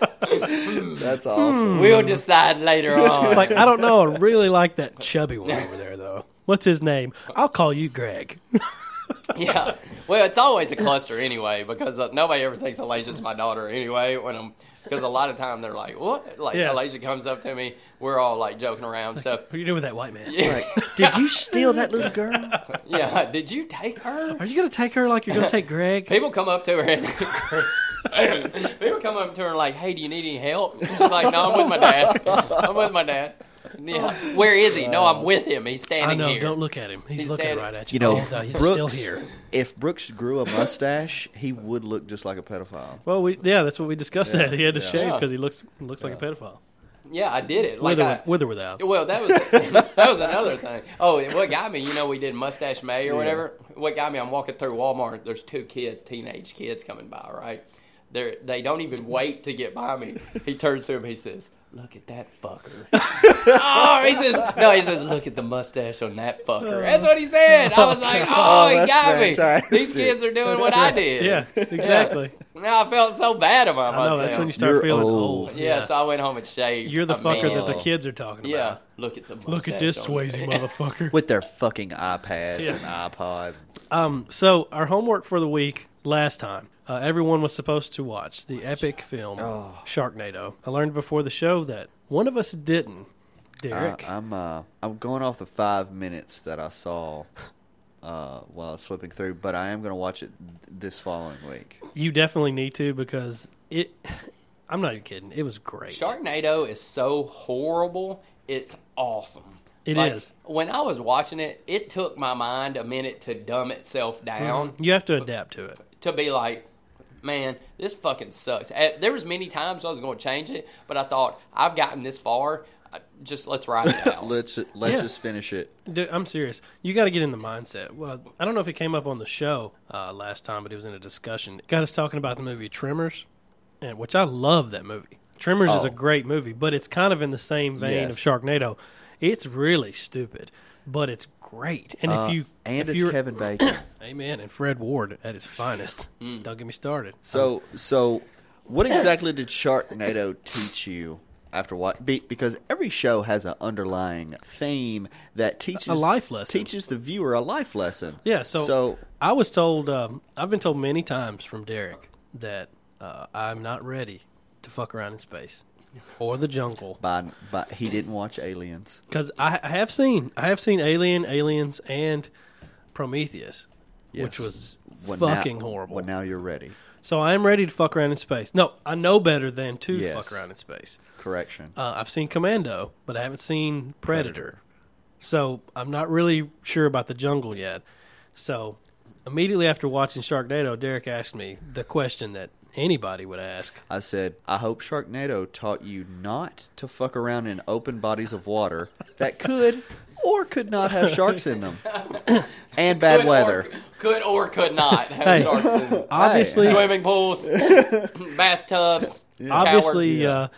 Speaker 3: That's awesome.
Speaker 1: we'll decide later on.
Speaker 2: It's like I don't know. I really like that chubby one over there, though. What's his name? I'll call you Greg.
Speaker 1: [laughs] yeah. Well, it's always a cluster anyway because uh, nobody ever thinks Alasia's my daughter anyway. When I'm because a lot of time they're like, "What?" Like
Speaker 2: Yeah.
Speaker 1: Alasia comes up to me, we're all like joking around and stuff.
Speaker 2: What are you doing with that white man?
Speaker 1: Yeah,
Speaker 2: [laughs]
Speaker 3: Like, did you steal that little girl?
Speaker 1: [laughs] yeah. Did you take her?
Speaker 2: Are you gonna take her like you're gonna take Greg?
Speaker 1: People come up to her and [laughs] people come up to her and like, "Hey, do you need any help?" She's like, "No, I'm with my dad. I'm with my dad." Yeah. Where is he? No, I'm with him. He's standing
Speaker 2: I know.
Speaker 1: here.
Speaker 2: Don't look at him. He's,
Speaker 1: He's
Speaker 2: looking
Speaker 1: standing-
Speaker 2: right at you.
Speaker 3: You know,
Speaker 2: Oh, no, he's
Speaker 3: Brooks,
Speaker 2: still here.
Speaker 3: If Brooks grew a mustache, he would look just like a
Speaker 2: [laughs]
Speaker 3: pedophile.
Speaker 2: Well, we yeah, that's what we discussed.
Speaker 3: Yeah,
Speaker 2: that he had to
Speaker 3: yeah.
Speaker 2: shave
Speaker 1: Yeah.
Speaker 2: because he looks looks like a pedophile,
Speaker 1: Yeah, I did it. Like
Speaker 2: with, or,
Speaker 1: I,
Speaker 2: with or without.
Speaker 1: Well, that was [laughs] that was another thing. Oh, and what got me? You know, we did Mustache May or whatever. What got me? I'm walking through Walmart. There's two kids, teenage kids, coming by. Right? They they don't even wait to get by me. He turns to him. He says, "Look at that fucker." [laughs] oh, he says, "No, he says, look at the mustache on that fucker." That's what he said. I was
Speaker 3: [laughs]
Speaker 1: like, "Oh,
Speaker 3: Oh,
Speaker 1: he
Speaker 3: that's
Speaker 1: got
Speaker 3: fantastic.
Speaker 1: me. These kids are doing what I did." [laughs]
Speaker 2: Yeah, exactly.
Speaker 1: Now I felt so bad about
Speaker 2: I
Speaker 1: myself.
Speaker 2: know that's when you start
Speaker 3: You're
Speaker 2: feeling
Speaker 3: old.
Speaker 2: old.
Speaker 1: yeah, so I went home and shaved.
Speaker 2: you're the
Speaker 1: I
Speaker 2: fucker
Speaker 1: mean,
Speaker 2: that the kids are talking about.
Speaker 1: yeah, look at the mustache
Speaker 2: Look at this
Speaker 1: on
Speaker 2: Swayze
Speaker 1: there.
Speaker 2: motherfucker. [laughs]
Speaker 3: With their fucking iPads
Speaker 2: Yeah.
Speaker 3: and iPod.
Speaker 2: Um, so our homework for the week last time, uh, everyone was supposed to watch the epic film
Speaker 3: Oh.
Speaker 2: Sharknado. I learned before the show that one of us didn't.
Speaker 3: I,
Speaker 2: Derek,
Speaker 3: I'm uh, I'm going off the five minutes that I saw uh, while I was flipping through, but I am going to watch it th- this following week.
Speaker 2: you definitely need to because it. [sighs] I'm not even kidding. It was
Speaker 1: [laughs]
Speaker 2: great.
Speaker 1: Sharknado is so horrible. It's awesome. It
Speaker 2: It
Speaker 1: is.
Speaker 2: is.
Speaker 1: When I was watching it, it took my mind a minute to dumb itself down
Speaker 2: You have to adapt to it.
Speaker 1: to be like, man, this fucking sucks. Eh, There was many times I was going to change it, but I thought I've gotten this far. I- Just let's ride it out.
Speaker 3: Let's let's
Speaker 2: Yeah.
Speaker 3: just finish it.
Speaker 2: Dude, I'm serious. You got to get in the mindset. Well, I don't know if it came up on the show uh, last time, but it was in a discussion. It got us talking about the movie Tremors, and which I love that movie. Tremors is
Speaker 3: Oh.
Speaker 2: a great movie, but it's kind of in the same vein of
Speaker 3: Yes.
Speaker 2: Sharknado. It's really stupid, but it's great. And
Speaker 3: Uh,
Speaker 2: if you
Speaker 3: and
Speaker 2: if
Speaker 3: it's
Speaker 2: you're-
Speaker 3: Kevin Bacon.
Speaker 2: Amen, and Fred Ward at his finest. Don't get me started.
Speaker 3: Mm. So
Speaker 2: Um,
Speaker 3: so, what exactly did Sharknado teach you after what? Be, because every show has an underlying theme that teaches
Speaker 2: A life lesson.
Speaker 3: teaches the viewer a life lesson.
Speaker 2: Yeah, so,
Speaker 3: so
Speaker 2: I was told, um, I've been told many times from Derek that uh, I'm not ready to fuck around in space or the jungle.
Speaker 3: by, by he didn't watch Aliens.
Speaker 2: Because I, I have seen, I have seen Alien, Aliens, and Prometheus,
Speaker 3: Yes.
Speaker 2: which was
Speaker 3: Well, now-
Speaker 2: fucking horrible.
Speaker 3: Well, now you're ready.
Speaker 2: so I am ready to fuck around in space. No, I know better than to
Speaker 3: Yes.
Speaker 2: fuck around in space.
Speaker 3: Correction.
Speaker 2: Uh, I've seen Commando, but I haven't seen Predator. So I'm not really sure about the jungle yet. So immediately after watching Sharknado, Derek asked me the question that anybody would ask.
Speaker 3: I said, I hope Sharknado taught you not to fuck around in open bodies of water that could or could not have sharks in
Speaker 2: [laughs]
Speaker 3: them and [laughs] bad
Speaker 1: Could or-
Speaker 3: weather.
Speaker 1: could or could not have
Speaker 2: Hey.
Speaker 1: sharks in
Speaker 2: [laughs]
Speaker 1: them.
Speaker 2: Obviously,
Speaker 1: swimming pools, [laughs] bathtubs.
Speaker 2: obviously,
Speaker 3: Yeah.
Speaker 2: uh,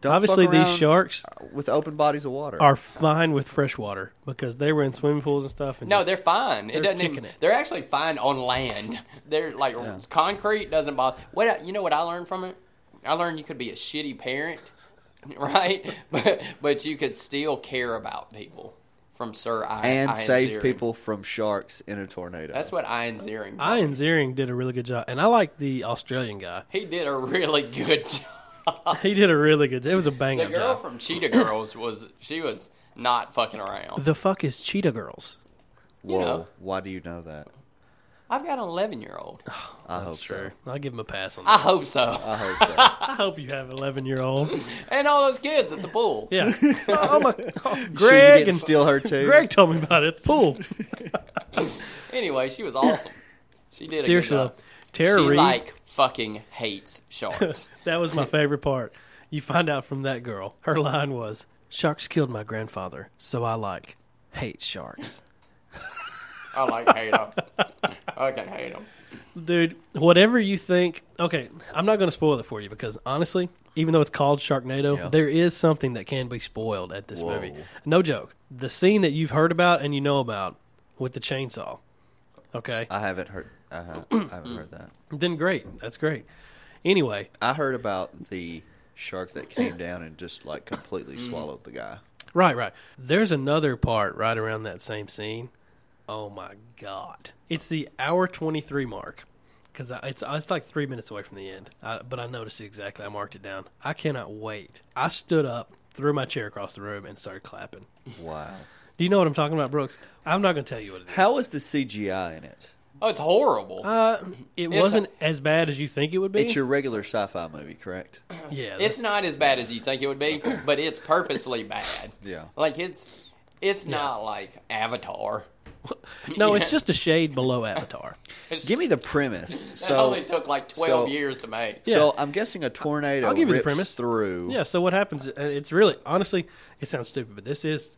Speaker 3: Don't
Speaker 2: obviously
Speaker 3: fuck
Speaker 2: these
Speaker 3: around
Speaker 2: sharks
Speaker 3: with open bodies of water.
Speaker 2: are fine with fresh water because they were in swimming pools and stuff. And
Speaker 1: No,
Speaker 2: just-
Speaker 1: they're fine.
Speaker 2: they're
Speaker 1: it doesn't.
Speaker 2: kicking
Speaker 1: Even,
Speaker 2: it.
Speaker 1: They're actually fine on
Speaker 2: [laughs]
Speaker 1: land. They're like concrete doesn't bother. What I- you know? What I learned from it? I learned you could be a shitty parent, [laughs] right? But but you could still care about people. From Sir I
Speaker 3: and
Speaker 1: Ian
Speaker 3: save
Speaker 1: Ziering.
Speaker 3: people from sharks in a tornado.
Speaker 1: That's what Ian Ziering. did.
Speaker 2: Ian Ziering did a really good job, and I like the Australian guy.
Speaker 1: He did a really good [laughs] job.
Speaker 2: He did a really good. It was a bang
Speaker 1: Uh, The
Speaker 2: up
Speaker 1: girl
Speaker 2: job.
Speaker 1: from Cheetah Girls was she was not fucking around.
Speaker 2: The fuck is Cheetah Girls?
Speaker 3: Whoa!
Speaker 1: know.
Speaker 3: Why do you know that?
Speaker 1: I've got an eleven year old.
Speaker 3: I hope so.
Speaker 2: I'll give him a pass on
Speaker 1: I
Speaker 2: that.
Speaker 1: hope
Speaker 3: [laughs]
Speaker 1: so.
Speaker 3: I hope
Speaker 2: [laughs]
Speaker 3: so.
Speaker 2: I hope you have an 11 year old.
Speaker 1: And all those kids at the pool.
Speaker 2: Yeah. [laughs] oh my,
Speaker 3: Sure, you
Speaker 2: Greg
Speaker 3: didn't
Speaker 2: and
Speaker 3: steal her too.
Speaker 2: Greg told me about it. [laughs] Pool.
Speaker 1: Anyway, she was awesome. She did a
Speaker 2: Seriously,
Speaker 1: good
Speaker 2: though,
Speaker 1: job.
Speaker 2: Tara
Speaker 1: she
Speaker 2: Reid.
Speaker 1: like fucking hates
Speaker 2: [laughs]
Speaker 1: sharks.
Speaker 2: that was my favorite part. You find out from that girl. Her line was, "Sharks killed my grandfather, so I like hate sharks."
Speaker 1: I like hate them. I can hate them.
Speaker 2: Dude, whatever you think. Okay, I'm not going to spoil it for you because honestly, even though it's called Sharknado,
Speaker 3: Yeah.
Speaker 2: there is something that can be spoiled at this
Speaker 3: Whoa.
Speaker 2: movie. No joke. The scene that you've heard about and you know about with the chainsaw. Okay,
Speaker 3: I haven't heard. I
Speaker 2: [clears throat]
Speaker 3: haven't, I haven't heard that.
Speaker 2: then great. That's great. Anyway,
Speaker 3: I heard about the shark that came down and just like
Speaker 2: Mm-hmm.
Speaker 3: completely swallowed the guy.
Speaker 2: Right, right. There's another part right around that same scene Oh my god! It's the hour twenty three mark because it's it's like three minutes away from the end. I, but I noticed it exactly. I marked it down. I cannot wait. I stood up, threw my chair across the room, and started clapping.
Speaker 3: Wow.
Speaker 2: Do you know what I'm talking about, Brooks? I'm not going to tell you what it is.
Speaker 3: How is the CGI in it?
Speaker 1: Oh, it's horrible.
Speaker 2: Uh, it wasn't as bad as you think it would be.
Speaker 3: It's your regular sci-fi movie, correct? [laughs]
Speaker 2: yeah,
Speaker 1: it's not as bad as you think it would be, but it's purposely bad.
Speaker 3: Yeah.
Speaker 1: Like it's it's not like Avatar.
Speaker 2: that's- no, it's just a shade below Avatar.
Speaker 1: It's,
Speaker 3: Give me the
Speaker 2: [laughs]
Speaker 3: premise.
Speaker 1: that
Speaker 3: So,
Speaker 1: only took like twelve
Speaker 3: so-
Speaker 1: years to make.
Speaker 3: so I'm guessing a tornado
Speaker 2: I'll give you the
Speaker 3: rips
Speaker 2: premise.
Speaker 3: through.
Speaker 2: Yeah, so what happens, and it's really, honestly, it sounds stupid, but this is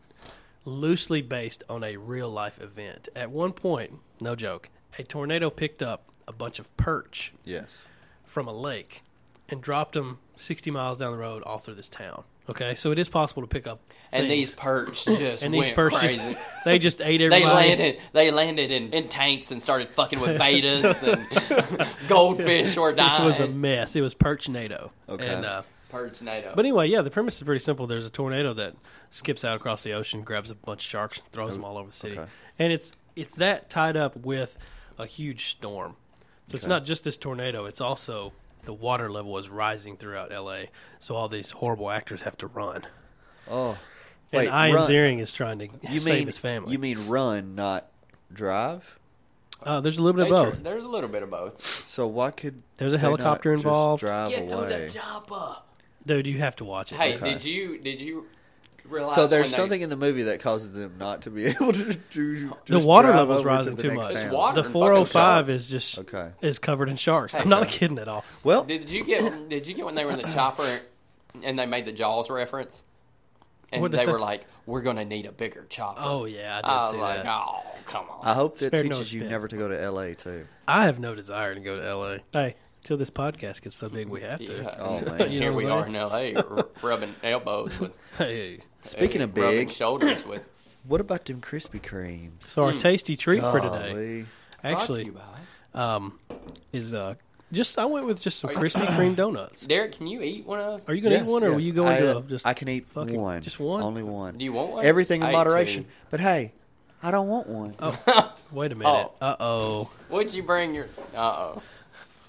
Speaker 2: loosely based on a real life event. At one point, no joke, a tornado picked up a bunch of perch
Speaker 3: Yes.
Speaker 2: from a lake and dropped them 60 miles down the road all through this town. Okay, so it is possible to pick up.
Speaker 1: And
Speaker 2: things.
Speaker 1: these perch just
Speaker 2: [laughs] and
Speaker 1: went
Speaker 2: these perch,
Speaker 1: crazy.
Speaker 2: just, they just ate
Speaker 1: They
Speaker 2: everybody.
Speaker 1: landed. They landed in, in tanks and started fucking with betas and
Speaker 2: [laughs]
Speaker 1: goldfish were
Speaker 2: It
Speaker 1: dying.
Speaker 2: was a mess. It was perch NATO.
Speaker 3: Okay.
Speaker 2: And, uh,
Speaker 1: Purge NATO.
Speaker 2: But anyway, yeah, the premise is pretty simple. There's a tornado that skips out across the ocean, grabs a bunch of sharks, and throws them all over the city.
Speaker 3: Oh, okay.
Speaker 2: And it's it's that tied up with a huge storm. So it's not just this tornado, it's also the water level is rising throughout LA, so all these horrible actors have to run.
Speaker 3: Oh.
Speaker 2: And
Speaker 3: Wait,
Speaker 2: Ian
Speaker 3: run.
Speaker 2: Ziering is trying to
Speaker 3: You
Speaker 2: save
Speaker 3: mean
Speaker 2: his family.
Speaker 3: You mean run, not drive?
Speaker 2: uh, there's a little bit
Speaker 1: Nature-
Speaker 2: of both.
Speaker 1: There's a little bit of both.
Speaker 3: So why could
Speaker 2: There's a
Speaker 3: they not
Speaker 2: helicopter
Speaker 3: just
Speaker 2: involved.
Speaker 3: drive
Speaker 1: Get to
Speaker 3: away?
Speaker 1: the chopper.
Speaker 2: Dude, you have to watch it.
Speaker 1: Hey,
Speaker 3: Okay.
Speaker 1: did you did you realize?
Speaker 3: So there's
Speaker 1: when they-
Speaker 3: something in the movie that causes them not to be [laughs] able to do.
Speaker 2: the
Speaker 3: just
Speaker 2: water
Speaker 3: drive
Speaker 2: level's
Speaker 3: over to
Speaker 2: rising
Speaker 3: the
Speaker 2: too
Speaker 3: next
Speaker 2: much.
Speaker 1: It's
Speaker 3: town.
Speaker 1: water.
Speaker 2: The
Speaker 1: and fucking
Speaker 2: 405
Speaker 1: sharks.
Speaker 2: is just
Speaker 3: Okay.
Speaker 2: is covered in sharks. I'm not kidding at all.
Speaker 3: Well,
Speaker 1: Did you get did you get when they were in
Speaker 3: [coughs]
Speaker 1: the chopper and they made the Jaws reference? And
Speaker 2: What'd
Speaker 1: they
Speaker 2: they say?
Speaker 1: were like, "We're gonna need a bigger chopper."
Speaker 2: Oh yeah, I did
Speaker 1: I
Speaker 2: see
Speaker 1: was like,
Speaker 2: that.
Speaker 1: "Oh, come on."
Speaker 3: I hope that
Speaker 2: Spared no
Speaker 3: teaches you
Speaker 2: expense.
Speaker 3: never to go to L.A. too.
Speaker 2: I have no desire to go to LA. Hey, till this podcast gets so big, we have to.
Speaker 1: [laughs] Yeah.
Speaker 3: Oh, man.
Speaker 2: [laughs] You know
Speaker 1: Here
Speaker 2: what
Speaker 1: we
Speaker 2: I'm
Speaker 1: are in L.A. r-
Speaker 2: [laughs]
Speaker 1: rubbing elbows with
Speaker 2: Hey,
Speaker 3: Speaking of
Speaker 1: rubbing
Speaker 3: big,
Speaker 1: shoulders with.
Speaker 3: what about them Krispy Kremes?
Speaker 2: so our tasty treat for today,
Speaker 3: Golly.
Speaker 1: Hmm. Brought to
Speaker 2: [coughs] actually,
Speaker 1: you by-
Speaker 2: um, is uh, just I went with just some
Speaker 1: Are you-
Speaker 2: Krispy Kreme donuts.
Speaker 1: Derek, can you eat one of those?
Speaker 2: Are you gonna
Speaker 3: Yes,
Speaker 2: eat one, or will
Speaker 3: yes.
Speaker 2: you go
Speaker 3: I,
Speaker 2: into
Speaker 3: uh,
Speaker 2: a, just?
Speaker 3: I can eat
Speaker 2: fucking-
Speaker 3: one,
Speaker 2: just one?
Speaker 3: only one.
Speaker 1: Do you want one?
Speaker 3: Everything
Speaker 1: I
Speaker 3: in
Speaker 1: ate
Speaker 3: moderation.
Speaker 1: two.
Speaker 3: But hey, I don't want one.
Speaker 2: Oh. Wait a minute. Uh oh,
Speaker 1: What'd you bring your? Uh oh.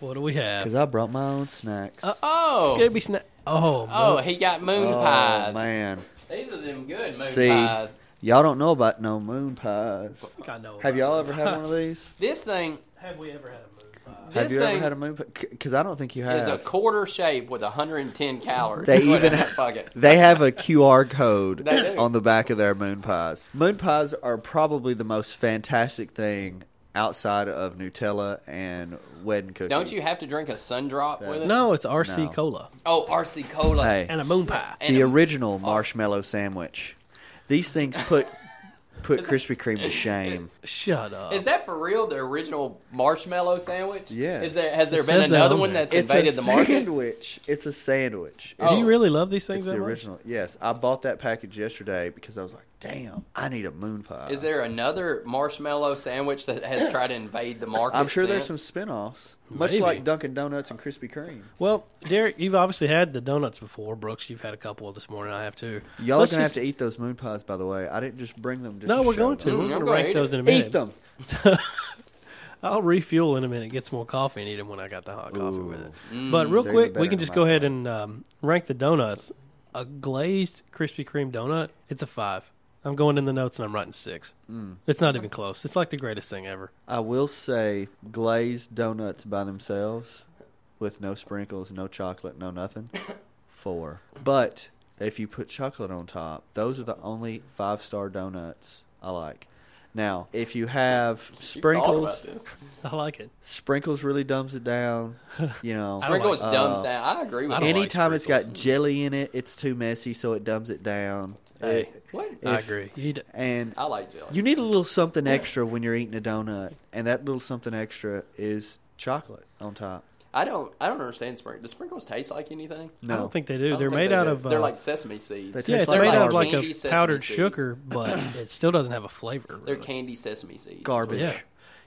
Speaker 2: what do we have?
Speaker 3: Because I brought my own snacks.
Speaker 1: Oh.
Speaker 2: Scooby snack. Oh,
Speaker 1: Oh,
Speaker 2: mo-
Speaker 1: he got moon
Speaker 3: oh
Speaker 1: pies.
Speaker 3: man,
Speaker 1: These are them good moon
Speaker 3: See?
Speaker 1: pies.
Speaker 3: y'all don't know about no moon pies.
Speaker 2: I think I know.
Speaker 3: Have
Speaker 2: about
Speaker 3: y'all
Speaker 2: it.
Speaker 3: ever had
Speaker 1: [laughs]
Speaker 3: one of these?
Speaker 1: This thing
Speaker 2: [laughs] Have we ever had a moon pie?
Speaker 3: Have
Speaker 1: This
Speaker 3: you
Speaker 1: thing
Speaker 3: ever had a moon pie? Because I don't think you
Speaker 1: is a
Speaker 3: have.
Speaker 1: quarter shape with 110 calories. [laughs]
Speaker 3: They
Speaker 1: Put it
Speaker 3: even
Speaker 1: in
Speaker 3: ha-
Speaker 1: their bucket.
Speaker 3: They have a QR code
Speaker 1: They do.
Speaker 3: on the back of their moon pies. Moon pies are probably the most fantastic thing outside of Nutella and wedding cookies.
Speaker 1: Don't you have to drink a sun drop with it?
Speaker 2: No, it's RC
Speaker 3: No.
Speaker 2: cola
Speaker 1: Oh, RC Cola.
Speaker 3: Hey.
Speaker 2: and a moon pie.
Speaker 1: And
Speaker 3: the
Speaker 1: a-
Speaker 3: original marshmallow sandwich? These things put put Krispy Kreme
Speaker 1: [laughs]
Speaker 3: to shame.
Speaker 2: Shut up.
Speaker 1: Is that for real? The original marshmallow sandwich?
Speaker 3: Yes.
Speaker 1: Is there, has there
Speaker 2: It
Speaker 1: been
Speaker 2: says that
Speaker 1: another
Speaker 2: on
Speaker 1: one
Speaker 2: there.
Speaker 1: that's
Speaker 3: It's a
Speaker 1: invaded the market?
Speaker 3: sandwich. It's a sandwich.
Speaker 1: Oh.
Speaker 2: Do you really love these things
Speaker 3: It's
Speaker 2: that
Speaker 3: the
Speaker 2: much?
Speaker 3: original. Yes, I bought that package yesterday because I was like, "Damn, I need a moon pie."
Speaker 1: Is there another marshmallow sandwich that has tried to invade the market?
Speaker 3: I'm sure there's some
Speaker 1: since?
Speaker 3: spin-offs, much
Speaker 2: Maybe.
Speaker 3: like Dunkin' Donuts and Krispy Kreme.
Speaker 2: Well, Derek, you've obviously had the donuts before. Brooks, you've had a couple this morning. I have too.
Speaker 3: Y'all
Speaker 2: Let's
Speaker 3: are gonna
Speaker 2: just-
Speaker 3: have to eat those moon pies, by the way. I didn't just bring them. Just
Speaker 2: No,
Speaker 3: to
Speaker 2: we're
Speaker 3: show
Speaker 2: going to.
Speaker 3: them.
Speaker 2: We're
Speaker 1: Mm,
Speaker 2: going
Speaker 1: I'm
Speaker 2: to
Speaker 1: gonna
Speaker 2: rank
Speaker 1: eat
Speaker 2: those
Speaker 1: it.
Speaker 2: in a minute.
Speaker 3: eat them.
Speaker 2: [laughs] I'll refuel in a minute, get some more coffee, and eat them when I got the hot coffee with it.
Speaker 1: Mm,
Speaker 2: but real
Speaker 3: they're
Speaker 2: quick,
Speaker 3: even
Speaker 2: we can
Speaker 3: better
Speaker 2: just
Speaker 3: than
Speaker 2: go
Speaker 3: mine.
Speaker 2: ahead and um, rank the donuts. A glazed Krispy Kreme donut, it's a five. I'm going in the notes and I'm writing six.
Speaker 3: Mm.
Speaker 2: It's not even close. It's like the greatest thing ever.
Speaker 3: I will say glazed donuts by themselves, with no sprinkles, no chocolate,
Speaker 1: [laughs]
Speaker 3: no nothing. Four. But if you put chocolate on top, those are the only five-star donuts I like. Now, if you have
Speaker 1: You thought about
Speaker 3: sprinkles,
Speaker 1: this.
Speaker 2: I like it.
Speaker 3: sprinkles really dumbs it
Speaker 2: [laughs]
Speaker 3: down. You know,
Speaker 2: I don't
Speaker 1: Sprinkles
Speaker 3: like-
Speaker 1: dumbs
Speaker 3: uh,
Speaker 1: down. I agree with
Speaker 2: I
Speaker 1: that.
Speaker 2: don't like
Speaker 3: Anytime it's got
Speaker 2: sprinkles.
Speaker 3: jelly in it, it's too messy, so it dumbs it down.
Speaker 2: Hey.
Speaker 3: It-
Speaker 1: What?
Speaker 2: I
Speaker 3: If-
Speaker 2: agree. You d-
Speaker 3: and
Speaker 1: I like jelly.
Speaker 3: you need a little something extra when you're eating a donut, and that little something extra is chocolate on top.
Speaker 1: I don't. I don't understand sprinkles. Do sprinkles taste like anything?
Speaker 3: No,
Speaker 2: I don't think they
Speaker 1: I
Speaker 2: do.
Speaker 1: don't
Speaker 2: They're
Speaker 1: think
Speaker 2: made
Speaker 1: they
Speaker 2: out
Speaker 1: do.
Speaker 2: of. Uh,
Speaker 1: They're like sesame seeds.
Speaker 3: They
Speaker 2: yeah,
Speaker 3: taste
Speaker 2: it's
Speaker 3: like
Speaker 2: made out of
Speaker 3: garbage.
Speaker 2: like a
Speaker 1: Candy sesame
Speaker 2: powdered
Speaker 1: seeds.
Speaker 2: sugar,
Speaker 1: [coughs]
Speaker 2: but it still doesn't have a flavor.
Speaker 1: They're
Speaker 2: really.
Speaker 1: candy sesame seeds.
Speaker 3: garbage.
Speaker 2: Yeah.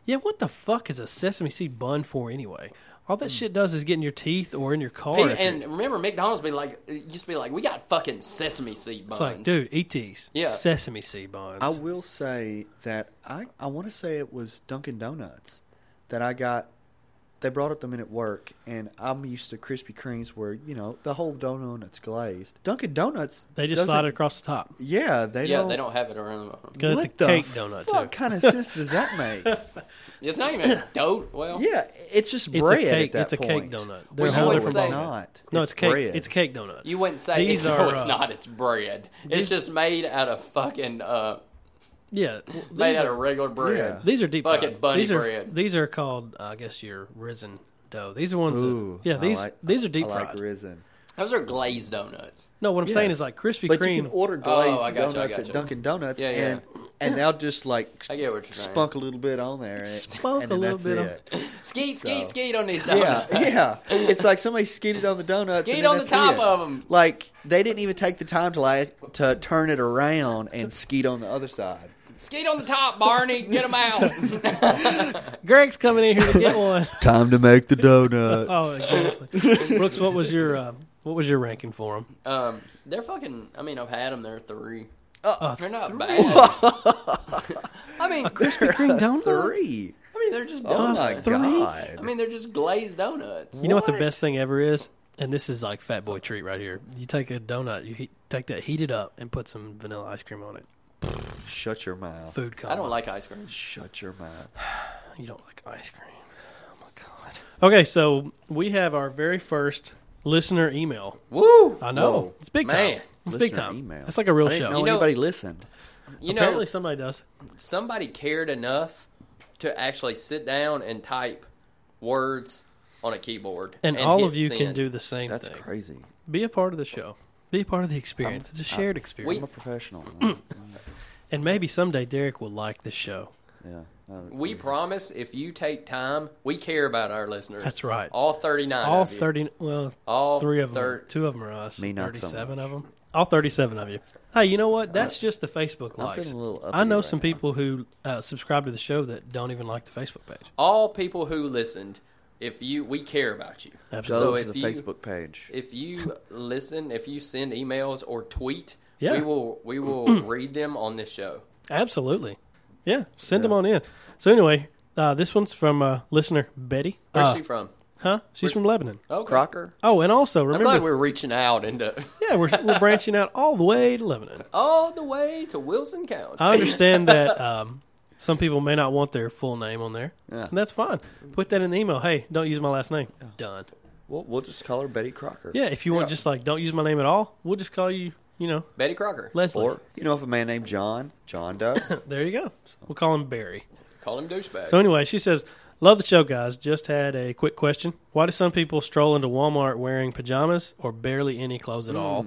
Speaker 2: Yeah, what the fuck is a sesame seed bun for anyway? All that shit does is get in your teeth or in your car.
Speaker 1: Pe-
Speaker 2: if you're-
Speaker 1: Hmm. and remember, McDonald's be like it used to be like we got fucking sesame seed buns.
Speaker 2: it's like, dude, ETs,
Speaker 1: Yeah.
Speaker 2: sesame seed buns.
Speaker 3: I will say that I, I want to say it was Dunkin' Donuts that I got. They brought up them in at work, and I'm used to Krispy Kremes where, you know, the whole donut's glazed. Dunkin' Donuts.
Speaker 2: they just
Speaker 3: doesn't-
Speaker 2: slide it across the
Speaker 1: [laughs]
Speaker 2: top
Speaker 3: Yeah, they
Speaker 1: yeah,
Speaker 3: don't.
Speaker 1: they don't have it around. them.
Speaker 2: because it's a
Speaker 3: What the
Speaker 2: cake donut
Speaker 3: What
Speaker 2: too.
Speaker 3: kind of sense does that make?
Speaker 2: [laughs]
Speaker 1: It's not even
Speaker 2: [coughs]
Speaker 1: a dough. Well,
Speaker 3: yeah, it's just
Speaker 2: It's a
Speaker 3: bread
Speaker 2: cake-
Speaker 3: at that
Speaker 2: it's a cake
Speaker 3: point.
Speaker 2: donut.
Speaker 1: They're a
Speaker 3: Well,
Speaker 1: whole
Speaker 3: no,
Speaker 1: different ball
Speaker 3: it's
Speaker 1: game.
Speaker 3: not.
Speaker 2: No, it's, cake.
Speaker 3: bread.
Speaker 2: It's cake donut.
Speaker 1: you wouldn't say
Speaker 2: These
Speaker 1: no.
Speaker 2: are,
Speaker 1: it's [laughs]
Speaker 2: uh,
Speaker 1: not. It's bread. it's
Speaker 2: these-
Speaker 1: just made out of fucking uh,
Speaker 2: yeah, w-
Speaker 1: made
Speaker 2: these
Speaker 1: out
Speaker 2: are-
Speaker 1: of regular bread.
Speaker 3: Yeah.
Speaker 2: These are deep
Speaker 1: Fucking
Speaker 2: fried.
Speaker 1: bunny
Speaker 2: these are,
Speaker 1: bread.
Speaker 2: These are called, uh, I guess, your risen dough. These are ones.
Speaker 3: Ooh,
Speaker 2: that, yeah,
Speaker 3: I
Speaker 2: these
Speaker 3: like-
Speaker 2: these are deep
Speaker 3: I
Speaker 2: fried.
Speaker 3: like risen.
Speaker 1: Those are glazed donuts.
Speaker 2: no, what I'm saying
Speaker 3: Yes.
Speaker 2: is like Krispy
Speaker 3: But you
Speaker 2: Kreme.
Speaker 3: can order
Speaker 1: Oh, I
Speaker 3: glazed
Speaker 1: gotcha, I
Speaker 3: donuts
Speaker 1: gotcha.
Speaker 3: at Dunkin' Donuts,
Speaker 1: Yeah, yeah.
Speaker 3: and and they'll just like
Speaker 1: I get what you're saying.
Speaker 3: spunk a little bit on there, and,
Speaker 2: Spunk
Speaker 3: and
Speaker 2: a
Speaker 3: then
Speaker 2: little
Speaker 3: that's
Speaker 2: bit on-
Speaker 3: it.
Speaker 1: Skeet,
Speaker 3: So-
Speaker 1: skeet, skeet on these
Speaker 3: Yeah,
Speaker 1: [laughs] donuts.
Speaker 3: yeah. It's like somebody skidded on the donuts. and
Speaker 1: Skeet
Speaker 3: then
Speaker 1: on the
Speaker 3: that's
Speaker 1: top
Speaker 3: it.
Speaker 1: of 'em.
Speaker 3: Like they didn't even take the time to like to turn it around and skeet on the other side.
Speaker 1: Skeet on the top, Barney. Get them out. [laughs]
Speaker 3: [laughs]
Speaker 2: Greg's coming in here to get one.
Speaker 3: Time to make the donuts.
Speaker 2: oh, exactly. [laughs] Brooks, what was your uh, what was your ranking for them?
Speaker 1: um, they're fucking. I mean, I've had them. They're three.
Speaker 2: Uh,
Speaker 1: They're not
Speaker 2: three.
Speaker 1: bad. I
Speaker 2: [laughs]
Speaker 1: mean,
Speaker 2: Oh, Krispy
Speaker 1: [laughs]
Speaker 2: Kreme donut.
Speaker 3: Three.
Speaker 1: I mean, they're just
Speaker 3: Oh my
Speaker 1: donuts.
Speaker 2: three?
Speaker 3: god.
Speaker 1: I mean, they're just glazed donuts.
Speaker 2: You know what?
Speaker 3: What?
Speaker 2: the best thing ever is? And this is like fat boy treat right here. You take a donut, you heat, take that, heat it up, and put some vanilla ice cream on it.
Speaker 3: Shut your mouth.
Speaker 2: Food coma.
Speaker 1: I don't like ice cream.
Speaker 3: Shut your mouth.
Speaker 2: You don't like ice cream. Oh my god. Okay, so we have our very first listener email.
Speaker 1: Woo!
Speaker 2: I know
Speaker 3: Whoa.
Speaker 2: it's big time.
Speaker 1: Man.
Speaker 2: It's big
Speaker 3: Listener
Speaker 2: time.
Speaker 3: email.
Speaker 2: It's like a real
Speaker 3: I didn't
Speaker 2: show.
Speaker 3: know
Speaker 1: You know-
Speaker 3: anybody listened.
Speaker 1: You know,
Speaker 2: Apparently somebody does.
Speaker 1: somebody cared enough to actually sit down and type words on a keyboard,
Speaker 2: And, all
Speaker 1: hit
Speaker 2: of you can
Speaker 1: send.
Speaker 2: do the same
Speaker 3: That's
Speaker 2: thing.
Speaker 3: crazy.
Speaker 2: Be a part of the show. Be a part of the experience. it's a shared experience.
Speaker 3: I'm a professional.
Speaker 2: Mm.
Speaker 3: man.
Speaker 2: and maybe someday Derek will like this show.
Speaker 3: yeah. No,
Speaker 1: We promise if you take time, we care about our listeners.
Speaker 2: That's right.
Speaker 1: All thirty-nine.
Speaker 2: all
Speaker 1: of you.
Speaker 2: 30 well
Speaker 1: All
Speaker 2: three of them
Speaker 1: thir-
Speaker 2: two of them are us
Speaker 3: Me, not so
Speaker 2: 37
Speaker 3: much.
Speaker 2: of them all 37 of you hey you know what that's just the facebook
Speaker 3: I'm
Speaker 2: likes
Speaker 3: feeling a little
Speaker 2: i know
Speaker 3: uppity
Speaker 2: some
Speaker 3: right now.
Speaker 2: people who uh, subscribe to the show that don't even like the facebook page
Speaker 1: all people who listened. If you, we care about you.
Speaker 2: Absolutely.
Speaker 3: Go
Speaker 1: So
Speaker 3: to
Speaker 1: if
Speaker 3: the
Speaker 1: you-
Speaker 3: Facebook page.
Speaker 1: If you listen, if you send emails or tweet,
Speaker 2: Yeah.
Speaker 1: we will we will read them on this show.
Speaker 2: absolutely yeah send them on in so anyway uh, this one's from uh, listener betty
Speaker 1: Where's
Speaker 2: Uh,
Speaker 1: she from?
Speaker 2: huh she's from lebanon
Speaker 1: Oh,
Speaker 3: Crocker.
Speaker 2: oh and also
Speaker 1: I'm
Speaker 2: remember
Speaker 1: glad we're reaching out into [laughs]
Speaker 2: yeah we're, we're branching out all the way to lebanon
Speaker 1: all the way to Wilson County.
Speaker 2: I
Speaker 1: [laughs]
Speaker 2: understand that um, some people may not want their full name on there,
Speaker 3: Yeah.
Speaker 2: and that's fine. Put that in the email. Hey, don't use my last name. Done.
Speaker 3: We'll, we'll just call her Betty Crocker.
Speaker 2: Yeah, if you want,
Speaker 1: Yeah.
Speaker 2: just like don't use my name at all. We'll just call you, you know,
Speaker 1: Betty Crocker.
Speaker 2: Leslie.
Speaker 3: Or you know, if a man named John, John Doe.
Speaker 2: [laughs] there you go. We'll call him Barry.
Speaker 1: Call him douchebag.
Speaker 2: So anyway, she says, "Love the show, guys. Just had a quick question. Why do some people stroll into Walmart wearing pajamas or barely any clothes at all?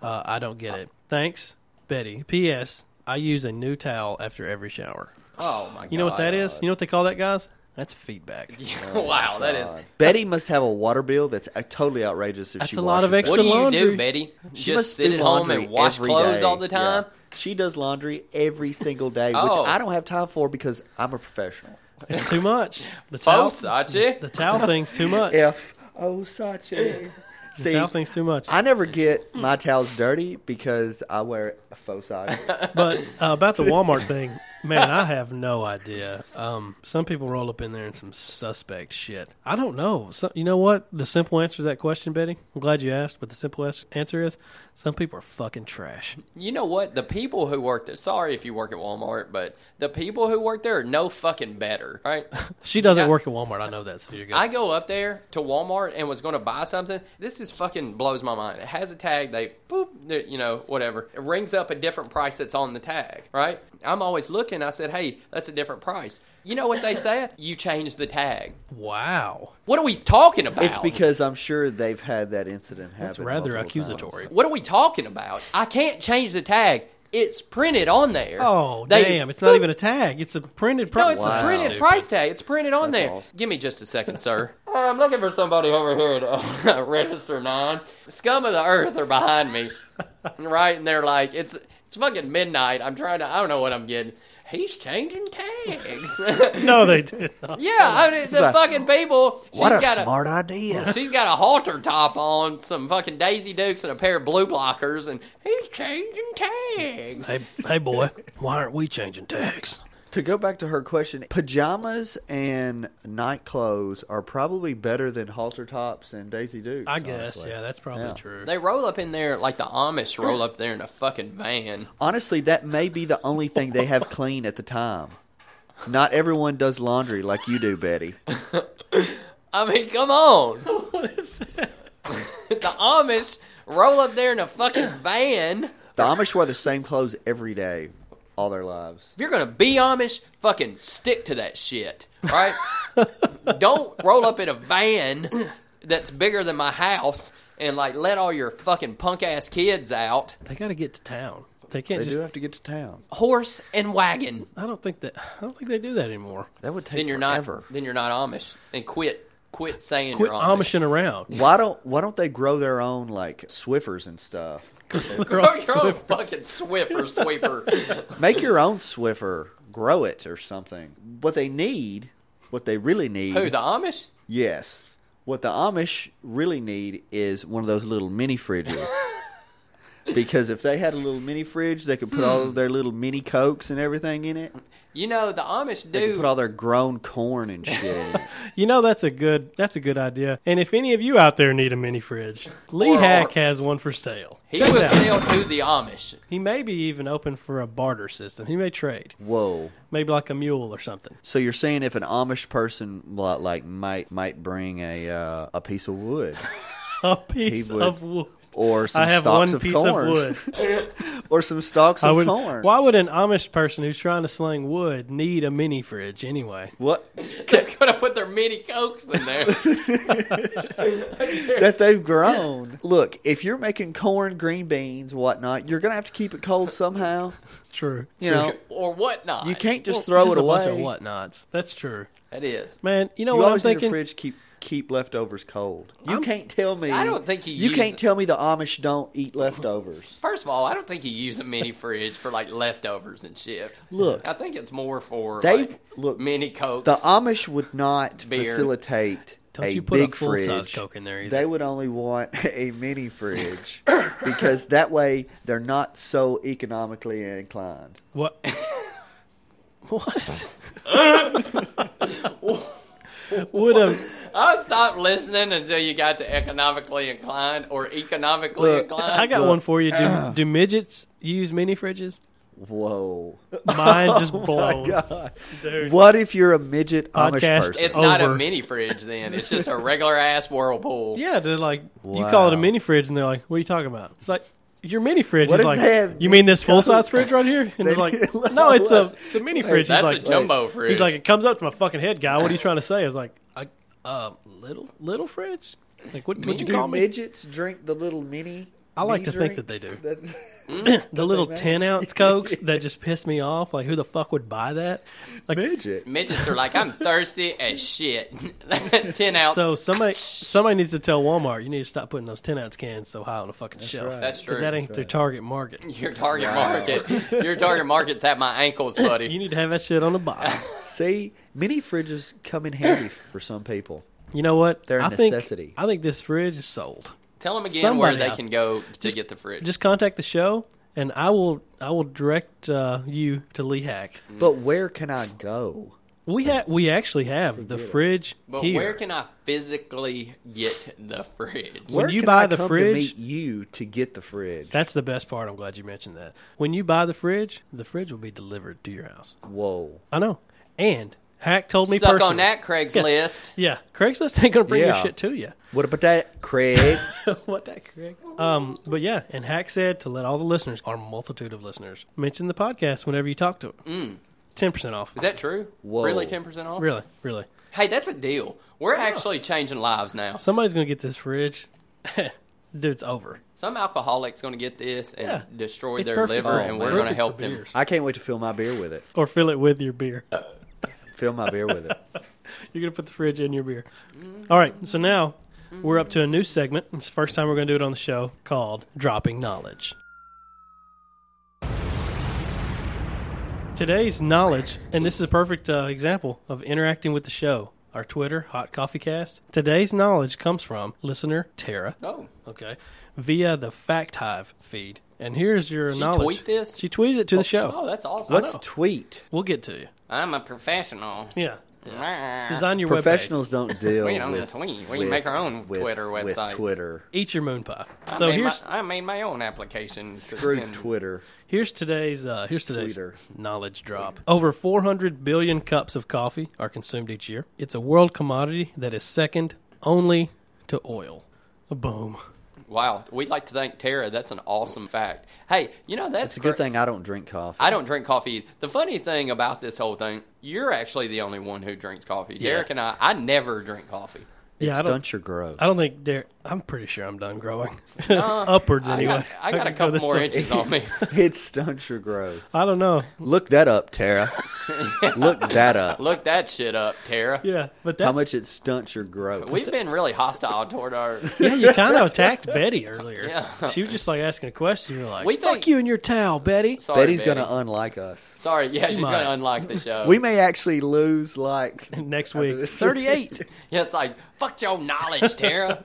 Speaker 2: Uh, I don't get it. Thanks, Betty. P.S. I use a new towel after every shower.
Speaker 1: oh my god.
Speaker 2: You know what
Speaker 1: [laughs]
Speaker 2: that is? You know what they call that, guys? That's feedback.
Speaker 1: wow, [laughs] that is.
Speaker 3: God. Uh, Betty must have a water bill that's uh, totally outrageous if
Speaker 2: That's
Speaker 3: she
Speaker 2: a lot
Speaker 3: washes
Speaker 2: of
Speaker 3: that.
Speaker 2: extra
Speaker 1: What do you
Speaker 2: laundry.
Speaker 1: do, Betty?
Speaker 3: She
Speaker 1: Just
Speaker 3: must
Speaker 1: sit
Speaker 3: do
Speaker 1: at home
Speaker 3: laundry
Speaker 1: and wash
Speaker 3: every
Speaker 1: clothes
Speaker 3: day.
Speaker 1: all the time?
Speaker 3: Yeah. She does laundry every
Speaker 1: [laughs]
Speaker 3: single day,
Speaker 1: Oh.
Speaker 3: which I don't have time for because I'm a professional.
Speaker 2: It's too much. The
Speaker 1: Oh,
Speaker 2: towel,
Speaker 1: Sachi.
Speaker 2: the towel thing's too
Speaker 3: [laughs]
Speaker 2: much.
Speaker 3: F O Sachi.
Speaker 2: the
Speaker 3: [laughs] See,
Speaker 2: towel thing's too much.
Speaker 3: I never get my towels dirty because I wear a
Speaker 1: [laughs]
Speaker 3: faux Sachi.
Speaker 2: But uh,
Speaker 3: [laughs]
Speaker 2: about the Walmart thing, man, I have no idea. Um, some people roll up in there in some suspect shit. I don't know. So, you know what? The simple answer to that question, Betty. I'm glad you asked, but the simple ans- answer is some people are fucking trash.
Speaker 1: You know what? The people who work there. Sorry if you work at Walmart, but the people who work there are no fucking better, right?
Speaker 2: She doesn't
Speaker 1: Yeah.
Speaker 2: work at Walmart. I know that. So you're good.
Speaker 1: I go up there to Walmart and was going to buy something. This is fucking blows my mind. It has a tag. They boop, they- you know, whatever. It rings up a different price that's on the tag, right? I'm always looking. I said, hey, that's a different price. You know
Speaker 2: [laughs]
Speaker 1: what they said? You changed the tag.
Speaker 2: wow,
Speaker 1: What are we talking about?
Speaker 3: it's because I'm sure they've had that incident happen.
Speaker 2: that's rather
Speaker 3: multiple times.
Speaker 2: accusatory.
Speaker 1: What are we talking about? I can't change the tag. It's printed on there.
Speaker 2: Oh
Speaker 1: They-
Speaker 2: damn! It's not even a tag. It's a printed price.
Speaker 1: No, it's
Speaker 3: Wow.
Speaker 1: a printed
Speaker 2: Stupid.
Speaker 1: price tag. It's printed on
Speaker 3: That's
Speaker 1: there.
Speaker 3: awesome.
Speaker 1: Give me just a second, sir. [laughs] I'm looking for somebody over here to [laughs] uh, register nine. Scum of the earth are behind me, right? And they're like, it's it's fucking midnight. I'm trying to. I don't know what I'm getting. he's changing tags. [laughs]
Speaker 2: [laughs] No, they did not.
Speaker 1: yeah, I mean, the
Speaker 3: like,
Speaker 1: fucking people. She's
Speaker 3: What a
Speaker 1: got
Speaker 3: smart idea.
Speaker 1: She's got a halter top on, some fucking Daisy Dukes, and a pair of blue blockers, and he's changing tags.
Speaker 2: Hey, hey, boy, why aren't we changing tags?
Speaker 3: to go back to her question, pajamas and night clothes are probably better than halter tops and Daisy Dukes.
Speaker 2: I guess,
Speaker 3: honestly.
Speaker 2: yeah, that's probably
Speaker 3: Yeah.
Speaker 2: true.
Speaker 1: They roll up in there like the Amish roll up there in a fucking van.
Speaker 3: Honestly, that may be the only thing they have clean at the time. Not everyone does laundry like you do, Betty.
Speaker 1: I mean, come on.
Speaker 2: [laughs]
Speaker 1: [laughs]
Speaker 2: what is that?
Speaker 1: the Amish roll up there in a
Speaker 3: [coughs]
Speaker 1: fucking van. If
Speaker 3: The Amish wear the same clothes every day, all their lives.
Speaker 1: you're gonna be Amish, fucking stick to that shit,
Speaker 3: [laughs]
Speaker 1: right? Don't roll up in a van that's bigger than my house and like let all your fucking punk ass kids out.
Speaker 2: They got to get to town. They can't
Speaker 3: They
Speaker 2: just.
Speaker 3: do have to get to town.
Speaker 1: Horse and wagon.
Speaker 2: I don't think that. I don't think they do that anymore.
Speaker 3: That would take
Speaker 1: Then you're
Speaker 3: forever.
Speaker 1: not. Then you're not Amish, and quit. Quit saying
Speaker 2: Quit
Speaker 1: you're [laughs] Amish.
Speaker 2: Amishing around.
Speaker 3: Why don't Why don't they grow their own like Swiffers and stuff?
Speaker 2: [laughs]
Speaker 1: Grow your own fucking Swiffer sweeper.
Speaker 3: [laughs] Make your own Swiffer, grow it or something. What they need, what they really need,
Speaker 1: Who the Amish?
Speaker 3: yes, what the Amish really need is one of those little mini
Speaker 2: [laughs]
Speaker 3: fridges. because if they had a little mini fridge, they could put all
Speaker 2: Hmm.
Speaker 3: of their little mini cokes and everything in it.
Speaker 1: You know the Amish
Speaker 3: They could
Speaker 1: do.
Speaker 3: put all their grown corn and shit.
Speaker 2: [laughs]
Speaker 3: in it.
Speaker 2: You know that's a good that's a good idea. And if any of you out there need a mini fridge, Lee
Speaker 1: Or-
Speaker 2: Hack has one for sale.
Speaker 1: he
Speaker 2: Check it
Speaker 1: will
Speaker 2: out.
Speaker 1: sell to the Amish.
Speaker 2: He may be even open for a barter system. He may trade,
Speaker 3: Whoa.
Speaker 2: maybe like a mule or something. [laughs]
Speaker 3: So you're saying if an Amish person li- like might might bring a uh, a piece of wood
Speaker 2: A piece
Speaker 3: would.
Speaker 2: of wood.
Speaker 3: or some
Speaker 2: [laughs] I have
Speaker 3: stalks
Speaker 2: one
Speaker 3: of
Speaker 2: piece
Speaker 3: corn
Speaker 2: of wood.
Speaker 3: [laughs] or some stalks
Speaker 2: I
Speaker 3: of
Speaker 2: would,
Speaker 3: corn.
Speaker 2: Why would an Amish person who's trying to sling wood need a mini fridge anyway?
Speaker 3: What
Speaker 1: They're gonna put their mini cokes in
Speaker 3: [laughs]
Speaker 1: there.
Speaker 3: that they've grown. [laughs] Look, if you're making corn, green beans, whatnot, you're gonna have to keep it cold somehow.
Speaker 2: True.
Speaker 3: You know,
Speaker 1: or whatnot.
Speaker 3: you can't just throw
Speaker 2: Well, just
Speaker 3: it
Speaker 2: a bunch of
Speaker 3: away.
Speaker 2: whatnots. That's true,
Speaker 1: It is.
Speaker 2: man. You know
Speaker 3: You
Speaker 2: what I'm
Speaker 3: always need a
Speaker 2: thinking?
Speaker 3: fridge keep keep leftovers cold. You can't tell me.
Speaker 1: I don't think you
Speaker 3: You
Speaker 1: use
Speaker 3: can't
Speaker 1: it.
Speaker 3: tell me the Amish don't eat leftovers.
Speaker 1: First of all, I don't think you use a mini fridge for like leftovers and shit.
Speaker 3: Look.
Speaker 1: I think it's more for
Speaker 3: They-
Speaker 1: like,
Speaker 3: look,
Speaker 1: mini cokes.
Speaker 3: The uh, Amish would not
Speaker 1: Beer.
Speaker 3: facilitate
Speaker 2: Don't
Speaker 3: a
Speaker 2: you put a
Speaker 3: big
Speaker 2: full size
Speaker 3: fridge.
Speaker 2: Coke in there either?
Speaker 3: They would only want [laughs] a mini fridge because that way they're not so economically inclined. [laughs]
Speaker 2: What? [laughs] what? Would a
Speaker 1: I stopped listening until you got to economically inclined or economically
Speaker 3: Look,
Speaker 1: inclined.
Speaker 2: I got one for you? Do, do midgets use mini fridges?
Speaker 3: Whoa. [laughs]
Speaker 2: Mine just blown.
Speaker 3: Oh God.
Speaker 2: Dude.
Speaker 3: What if you're a midget Amish
Speaker 2: Podcast
Speaker 3: person?
Speaker 1: It's not a
Speaker 2: Over.
Speaker 1: mini fridge then. It's just a regular ass whirlpool.
Speaker 2: Yeah, they're like you call it a
Speaker 3: Wow.
Speaker 2: mini fridge, and they're like, "What are you talking about?" It's like your mini fridge.
Speaker 3: What
Speaker 2: He's
Speaker 3: if
Speaker 2: like,
Speaker 3: they have
Speaker 2: "You mean this full
Speaker 3: mini
Speaker 2: size fridge right here?"
Speaker 3: [laughs]
Speaker 2: And they're like,
Speaker 3: They-
Speaker 2: "No, it's a
Speaker 3: What?
Speaker 2: it's a mini fridge." He's
Speaker 1: That's
Speaker 2: like,
Speaker 1: a jumbo fridge.
Speaker 2: "He's like, it comes up to my fucking head, guy.
Speaker 3: [laughs]
Speaker 2: What are you trying to say?" I was like, "I uh, little little fridge." Like, what would you
Speaker 3: Do
Speaker 2: call me?
Speaker 3: midgets drink the little mini?
Speaker 2: I like
Speaker 3: mini
Speaker 2: to think that they
Speaker 3: drinks? That- [laughs]
Speaker 2: the little
Speaker 3: man. [laughs]
Speaker 2: ten ounce cokes that just pissed me off. Like, who the fuck would buy that? Like,
Speaker 3: midgets.
Speaker 1: Midgets are like, I'm thirsty as shit. [laughs] Ten ounce.
Speaker 2: so somebody somebody needs to tell Walmart you need to stop putting those ten ounce cans so high on the fucking shelf.
Speaker 3: right.
Speaker 1: That's true.
Speaker 2: Because that ain't their target market.
Speaker 1: [laughs] your target market. Your target market's at my ankles,
Speaker 2: You
Speaker 1: buddy.
Speaker 2: need to have that shit on
Speaker 1: [laughs]
Speaker 2: the bottom.
Speaker 3: See, mini fridges come
Speaker 1: [coughs]
Speaker 3: in handy for some people.
Speaker 2: You know what?
Speaker 3: They're a
Speaker 2: I think,
Speaker 3: necessity.
Speaker 2: I think this fridge is sold.
Speaker 1: Tell them again
Speaker 2: Somebody
Speaker 1: where they
Speaker 2: out-
Speaker 1: can go to get the fridge.
Speaker 2: Just contact the show, and I will I will direct uh, you to Lee Hack.
Speaker 3: But where can I go?
Speaker 2: We ha- we actually have the
Speaker 3: get it.
Speaker 2: fridge
Speaker 1: but
Speaker 2: here.
Speaker 1: where can I physically get the fridge?
Speaker 3: Where
Speaker 2: you
Speaker 3: can
Speaker 2: buy
Speaker 3: I
Speaker 2: the
Speaker 3: come
Speaker 2: fridge-
Speaker 3: to meet you to get the fridge.
Speaker 2: That's the best part. I'm glad you mentioned that. When you buy the fridge, the fridge will be delivered to your house.
Speaker 3: Whoa.
Speaker 2: I know. And Hack told me
Speaker 1: Suck
Speaker 2: personally.
Speaker 1: on that Craigslist.
Speaker 2: Yeah, Craigslist ain't gonna bring your
Speaker 3: Yeah.
Speaker 2: shit to you.
Speaker 3: What about that, Craig?
Speaker 2: [laughs] what that Craig? Um, but yeah, and Hack said to let all the listeners, our multitude of listeners, mention the podcast whenever you talk to them. Ten percent off.
Speaker 1: Mm. Is that true?
Speaker 3: Whoa.
Speaker 1: Really, ten percent off?
Speaker 2: Really, really.
Speaker 1: Hey, that's a deal. We're actually changing lives now.
Speaker 2: Somebody's gonna get this fridge. [laughs] Dude, it's over.
Speaker 1: Some alcoholic's going to get this and
Speaker 2: Yeah.
Speaker 1: destroy
Speaker 2: It's
Speaker 1: their
Speaker 2: perfect
Speaker 1: liver,
Speaker 2: for-
Speaker 1: and we're
Speaker 3: Oh, man.
Speaker 1: going to
Speaker 2: perfect
Speaker 1: help
Speaker 2: for
Speaker 1: them.
Speaker 2: beers.
Speaker 3: I can't wait to fill my beer with it.
Speaker 2: Or fill it with your beer.
Speaker 3: Fill my beer
Speaker 2: [laughs]
Speaker 3: with it.
Speaker 2: You're gonna put the fridge in your beer. All right, so now we're up to a new segment. It's the first time we're gonna do it on the show called Dropping Knowledge. Today's knowledge, and this is a perfect uh, example of interacting with the show. Our Twitter, Hot Coffee Cast. Today's knowledge comes from listener Tara.
Speaker 1: Oh,
Speaker 2: Okay, via the Fact Hive feed. And here's your
Speaker 1: She
Speaker 2: knowledge.
Speaker 1: tweet this?
Speaker 2: She tweeted it to the show.
Speaker 1: oh, that's awesome.
Speaker 3: Let's
Speaker 1: I know.
Speaker 3: tweet.
Speaker 2: We'll get to you.
Speaker 1: I'm a professional.
Speaker 2: Yeah.
Speaker 1: Design.
Speaker 2: Design your
Speaker 1: [laughs]
Speaker 3: Professionals don't deal
Speaker 1: We
Speaker 3: with,
Speaker 1: don't just tweet. We make our own
Speaker 3: with-
Speaker 1: Twitter
Speaker 3: with
Speaker 1: websites.
Speaker 3: Twitter.
Speaker 2: webpage. Eat your moon pie.
Speaker 1: I
Speaker 2: So
Speaker 1: made
Speaker 2: here's
Speaker 1: my, I made my own application. To
Speaker 3: Screw
Speaker 1: send-
Speaker 3: Twitter.
Speaker 2: here's today's uh, here's today's
Speaker 3: Tweeter.
Speaker 2: knowledge drop. Over 400 billion cups of coffee are consumed each year. It's a world commodity that is second only to oil. Boom.
Speaker 1: Wow, we'd like to thank Tara. That's an awesome fact. Hey, you know that's
Speaker 3: It's a good
Speaker 1: cra-
Speaker 3: thing I don't drink coffee.
Speaker 1: I don't drink coffee. The funny thing about this whole thing, you're actually the only one who drinks coffee.
Speaker 2: Yeah.
Speaker 1: Derek and I, I never drink coffee.
Speaker 3: It
Speaker 2: Yeah, I don't,
Speaker 3: stunts your growth.
Speaker 2: I don't think Derek. I'm pretty sure I'm
Speaker 1: [laughs]
Speaker 2: done growing. [laughs] Upwards
Speaker 1: Uh, I
Speaker 2: anyway.
Speaker 1: got, I got a
Speaker 2: could [laughs] go
Speaker 1: couple
Speaker 2: this
Speaker 1: more
Speaker 2: way.
Speaker 1: inches on
Speaker 2: [laughs]
Speaker 1: me.
Speaker 3: [laughs] it stunts your growth.
Speaker 2: I don't know.
Speaker 3: Look that up,
Speaker 2: [laughs]
Speaker 3: Tara. Look that up.
Speaker 1: Look that shit up, Tara.
Speaker 2: Yeah, but that's
Speaker 3: How much it stunts your growth.
Speaker 1: We've been really hostile toward our.
Speaker 2: Yeah, you kind
Speaker 1: [laughs]
Speaker 2: of attacked Betty earlier.
Speaker 1: Yeah.
Speaker 2: She was just like asking a question. You're like,
Speaker 1: We
Speaker 2: "Fuck
Speaker 1: think-
Speaker 2: you and your towel, Betty."
Speaker 1: Sorry,
Speaker 3: Betty's
Speaker 1: Betty.
Speaker 3: gonna unlike us.
Speaker 1: Sorry, yeah, she's
Speaker 2: might.
Speaker 1: gonna unlock the show.
Speaker 3: We may actually lose likes. [laughs]
Speaker 2: [laughs]
Speaker 1: [laughs]
Speaker 2: Next week,
Speaker 3: this.
Speaker 2: thirty-eight.
Speaker 1: yeah, it's like fuck your knowledge,
Speaker 2: [laughs]
Speaker 1: Tara.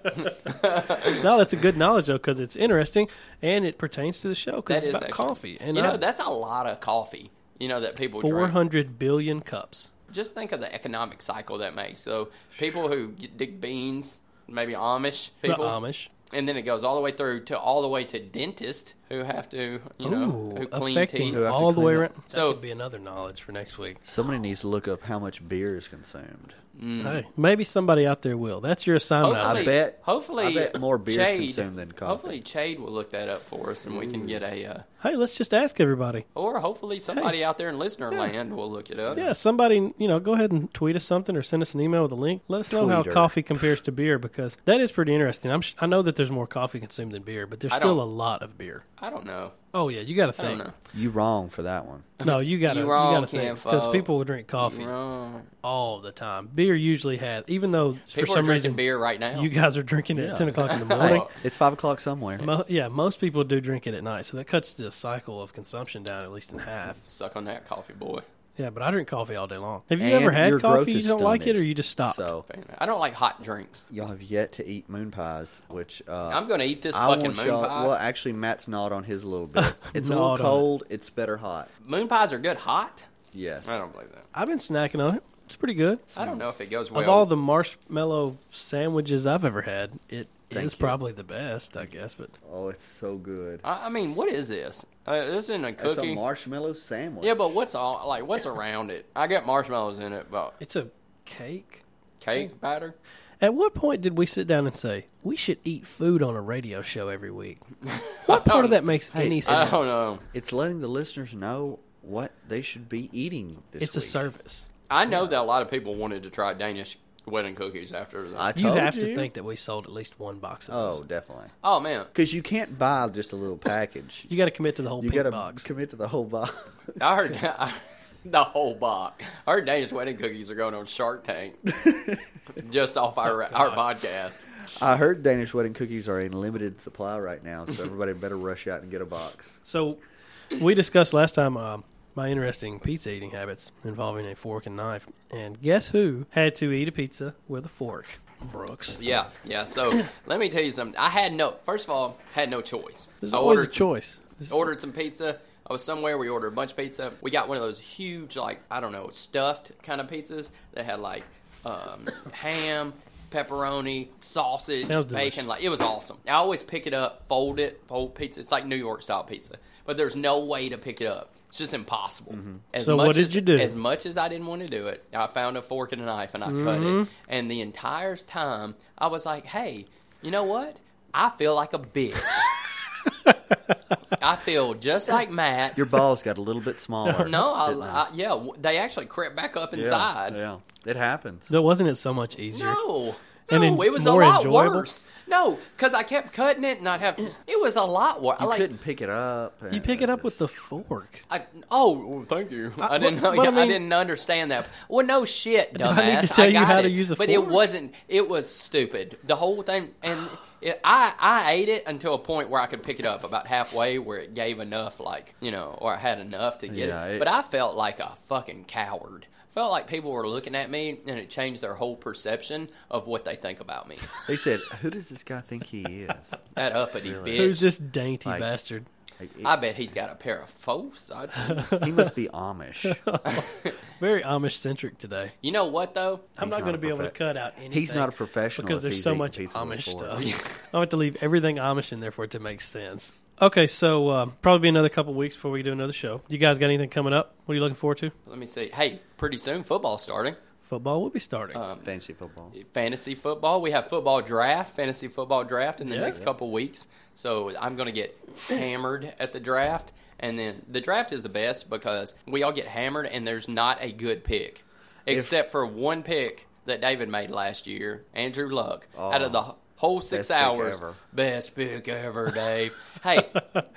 Speaker 2: no, that's a good knowledge though because it's interesting and it pertains to the show
Speaker 1: That
Speaker 2: because
Speaker 1: is
Speaker 2: it's about
Speaker 1: excellent.
Speaker 2: coffee. And uh,
Speaker 1: you know, that's a lot of coffee. You know that people
Speaker 2: four
Speaker 1: drink.
Speaker 2: hundred billion cups.
Speaker 1: just think of the economic cycle that makes. So people who get, dig beans, maybe Amish people,
Speaker 2: The Amish.
Speaker 1: and then it goes all the way through to all the way to dentist who have to, you know,
Speaker 2: Ooh,
Speaker 1: who clean
Speaker 2: affecting
Speaker 1: teeth.
Speaker 3: Who have to
Speaker 2: all the way
Speaker 3: clean
Speaker 2: around.
Speaker 3: up.
Speaker 1: So-
Speaker 2: that could be another knowledge for next week.
Speaker 3: [laughs] Somebody needs to look up how much beer is consumed.
Speaker 2: Hey, maybe somebody out there will. That's your assignment.
Speaker 1: Hmm.
Speaker 2: out
Speaker 1: Hopefully,
Speaker 3: I bet-
Speaker 1: Hopefully,
Speaker 3: I bet more beer is
Speaker 1: Chade-
Speaker 3: consumed than coffee.
Speaker 1: Hopefully, Chade will look that up for us, and we can get a, uh,
Speaker 2: there. Hey, let's just ask everybody.
Speaker 1: or hopefully somebody out there in listener land will look it up.
Speaker 2: Yeah, somebody, you know, go ahead and tweet us something or send us an email with a link. Let us know how
Speaker 3: Tweeter.
Speaker 2: coffee compares to beer because that is pretty interesting. I'm sh- I know that there's more coffee consumed than beer, but there's
Speaker 1: I
Speaker 2: still
Speaker 1: don't-
Speaker 2: a lot of beer.
Speaker 1: I don't know.
Speaker 2: Oh yeah, you got to
Speaker 1: I don't
Speaker 2: think.
Speaker 1: know.
Speaker 3: You wrong for that one.
Speaker 1: [laughs]
Speaker 2: No, you got to
Speaker 1: You
Speaker 2: you,
Speaker 1: wrong,
Speaker 2: got to think
Speaker 1: Kenfo.
Speaker 2: because people will drink coffee
Speaker 1: Wrong.
Speaker 2: all the time. Beer usually has, even though
Speaker 1: Uh, People
Speaker 2: for
Speaker 1: are
Speaker 2: some
Speaker 1: drinking
Speaker 2: reason
Speaker 1: beer right now.
Speaker 2: you guys are drinking it
Speaker 3: Yeah.
Speaker 2: at ten
Speaker 3: [laughs]
Speaker 2: o'clock in
Speaker 3: Hey,
Speaker 2: the morning.
Speaker 1: Oh.
Speaker 3: it's five o'clock somewhere.
Speaker 2: Mo- yeah, most people do drink it at night, so that cuts the cycle of consumption down at least in half.
Speaker 1: Suck on that coffee, boy.
Speaker 2: Yeah, but I drink coffee all day long. Have you
Speaker 3: And
Speaker 2: ever had
Speaker 3: your growth
Speaker 2: coffee you
Speaker 3: is
Speaker 2: don't like it,
Speaker 3: stunted.
Speaker 2: or you just stop?
Speaker 3: So
Speaker 1: I don't like hot drinks.
Speaker 3: y'all have yet to eat moon pies, which uh,
Speaker 1: I'm gonna eat this
Speaker 3: I
Speaker 1: fucking moon
Speaker 3: want y'all.
Speaker 1: pie.
Speaker 3: Well, actually, Matt's gnawed on his a little
Speaker 1: [laughs]
Speaker 3: bit. It's a
Speaker 2: Gnawed on
Speaker 3: little
Speaker 2: it.
Speaker 3: cold. It's better hot.
Speaker 1: Moon pies are good hot.
Speaker 3: Yes.
Speaker 1: I don't believe that.
Speaker 2: I've been snacking on it. It's pretty good.
Speaker 1: I don't know if it goes well.
Speaker 2: of all the marshmallow sandwiches I've ever had, it is
Speaker 3: Thank you.
Speaker 2: probably the best, I guess. But
Speaker 3: Oh, it's so good.
Speaker 1: I, I mean, what is this? Uh, this isn't a
Speaker 3: It's a
Speaker 1: cookie.
Speaker 3: marshmallow sandwich.
Speaker 1: yeah, but what's all like? What's around it? I got marshmallows in it, but
Speaker 2: it's a cake.
Speaker 1: cake batter.
Speaker 2: At what point did we sit down and say we should eat food on a radio show every week? What part of that makes
Speaker 3: Hey,
Speaker 2: any
Speaker 3: I
Speaker 1: I
Speaker 2: sense?
Speaker 1: don't know.
Speaker 3: it's letting the listeners know what they should be eating this
Speaker 2: It's a
Speaker 3: week.
Speaker 2: service.
Speaker 1: I know that a lot of people wanted to try Danish wedding cookies after
Speaker 3: I
Speaker 1: that.
Speaker 2: You
Speaker 3: told
Speaker 2: have
Speaker 3: you.
Speaker 2: to think that we sold at least one box of
Speaker 3: Oh,
Speaker 2: those.
Speaker 3: definitely.
Speaker 1: Oh man,
Speaker 3: Because you can't buy just a little package.
Speaker 1: [laughs]
Speaker 2: You got to commit to the whole
Speaker 3: You
Speaker 2: pink
Speaker 3: got to
Speaker 2: box.
Speaker 3: commit to the whole box. [laughs]
Speaker 1: I heard [laughs] the whole box. I heard Danish wedding cookies are going on Shark [laughs] Tank just off our our podcast.
Speaker 3: I heard Danish wedding cookies are in limited supply right
Speaker 1: [laughs]
Speaker 3: now, so everybody better rush out and get a box.
Speaker 2: so we discussed last time um, my interesting pizza eating habits involving a fork and knife, and guess who had to eat a pizza with a fork? Brooks.
Speaker 1: Yeah, yeah. So let me tell you something. I had no. First of all, had no choice.
Speaker 2: There's
Speaker 1: I
Speaker 2: always a
Speaker 1: ordered-
Speaker 2: choice. This is-
Speaker 1: ordered some pizza. I was somewhere. We ordered a bunch of pizza. We got one of those huge, like I don't know, stuffed kind of pizzas that had like um, [coughs] ham, pepperoni, sausage,
Speaker 2: Sounds delicious.
Speaker 1: bacon. Like it was awesome. I always pick it up, fold it, fold pizza. It's like New York style pizza, but there's no way to pick it up. It's just impossible. As
Speaker 2: So what
Speaker 1: much
Speaker 2: did
Speaker 1: as-
Speaker 2: you do?
Speaker 1: As much as I didn't want to do it, I found a fork and a knife and I cut
Speaker 2: Mm-hmm.
Speaker 1: it. And the entire time, I was like, "Hey, you know what? I feel like a
Speaker 2: [laughs]
Speaker 1: bitch." I feel just like Matt.
Speaker 3: Your balls got a
Speaker 1: [laughs]
Speaker 3: little bit smaller.
Speaker 1: no, I,
Speaker 3: didn't they?
Speaker 1: I, yeah, w- they actually crept back up
Speaker 3: Yeah,
Speaker 1: inside.
Speaker 3: Yeah, it happens.
Speaker 2: So wasn't it so much easier?
Speaker 1: No,
Speaker 2: And
Speaker 1: no,
Speaker 2: en-
Speaker 1: it was a
Speaker 2: more
Speaker 1: lot
Speaker 2: enjoyable?
Speaker 1: worse. No, because I kept cutting it and I'd have to. It was a lot worse. I
Speaker 3: You
Speaker 1: like,
Speaker 3: couldn't pick it up.
Speaker 2: You pick it up with the fork.
Speaker 1: I, oh, well, thank you. I,
Speaker 2: I-
Speaker 1: didn't.
Speaker 2: but-
Speaker 1: know-
Speaker 2: but Uh, I
Speaker 1: I,
Speaker 2: mean-
Speaker 1: didn't understand that. Well, no shit,
Speaker 2: [laughs] I
Speaker 1: dumbass.
Speaker 2: need to tell you
Speaker 1: got
Speaker 2: how
Speaker 1: it.
Speaker 2: to use a
Speaker 1: But it
Speaker 2: fork?
Speaker 1: wasn't. It was stupid. The whole thing, and It, I I ate it until a point where I could pick it up about halfway, where it gave enough, like you know, or I had enough to get
Speaker 3: Yeah,
Speaker 1: it.
Speaker 3: it-
Speaker 1: But I felt like a fucking coward. Felt like people were looking at me, and it changed their whole perception of what they think about me.
Speaker 3: They said, "Who does this guy think he is?"
Speaker 1: That
Speaker 2: [laughs]
Speaker 1: uppity
Speaker 3: Really?
Speaker 1: bitch.
Speaker 2: Who's this dainty
Speaker 3: Like-
Speaker 2: bastard?
Speaker 3: Like,
Speaker 1: I bet he's got a pair of faux. I
Speaker 2: [laughs]
Speaker 1: just-
Speaker 3: he must be Amish.
Speaker 2: Very Amish centric today.
Speaker 1: you know what though?
Speaker 2: I'm
Speaker 3: He's not
Speaker 2: not going
Speaker 3: a
Speaker 2: to be able to
Speaker 3: perfect-
Speaker 2: cut out anything.
Speaker 3: He's not a professional
Speaker 2: because
Speaker 3: if
Speaker 2: there's
Speaker 3: he's
Speaker 2: so
Speaker 3: eating
Speaker 2: much
Speaker 3: pizza with a
Speaker 2: Amish
Speaker 3: fork.
Speaker 2: [laughs]
Speaker 3: [laughs]
Speaker 2: stuff. I have to leave everything Amish in there for it to make sense. Okay, so uh, probably be another couple weeks before we do another show. You guys got anything coming up? What are you looking forward to?
Speaker 1: Let me see. Hey, pretty soon football starting.
Speaker 2: Football will be starting.
Speaker 1: Um,
Speaker 3: Fancy football.
Speaker 1: fantasy football. We have football draft, fantasy football draft in the
Speaker 2: Yeah.
Speaker 1: next couple weeks. So I'm going to get hammered at the draft. And then the draft is the best because we all get hammered and there's not a good pick. Except for one pick that David made last year, Andrew Luck. out of the whole six
Speaker 3: Oh, best pick
Speaker 1: hours.
Speaker 3: ever.
Speaker 1: Best pick ever, Dave. hey,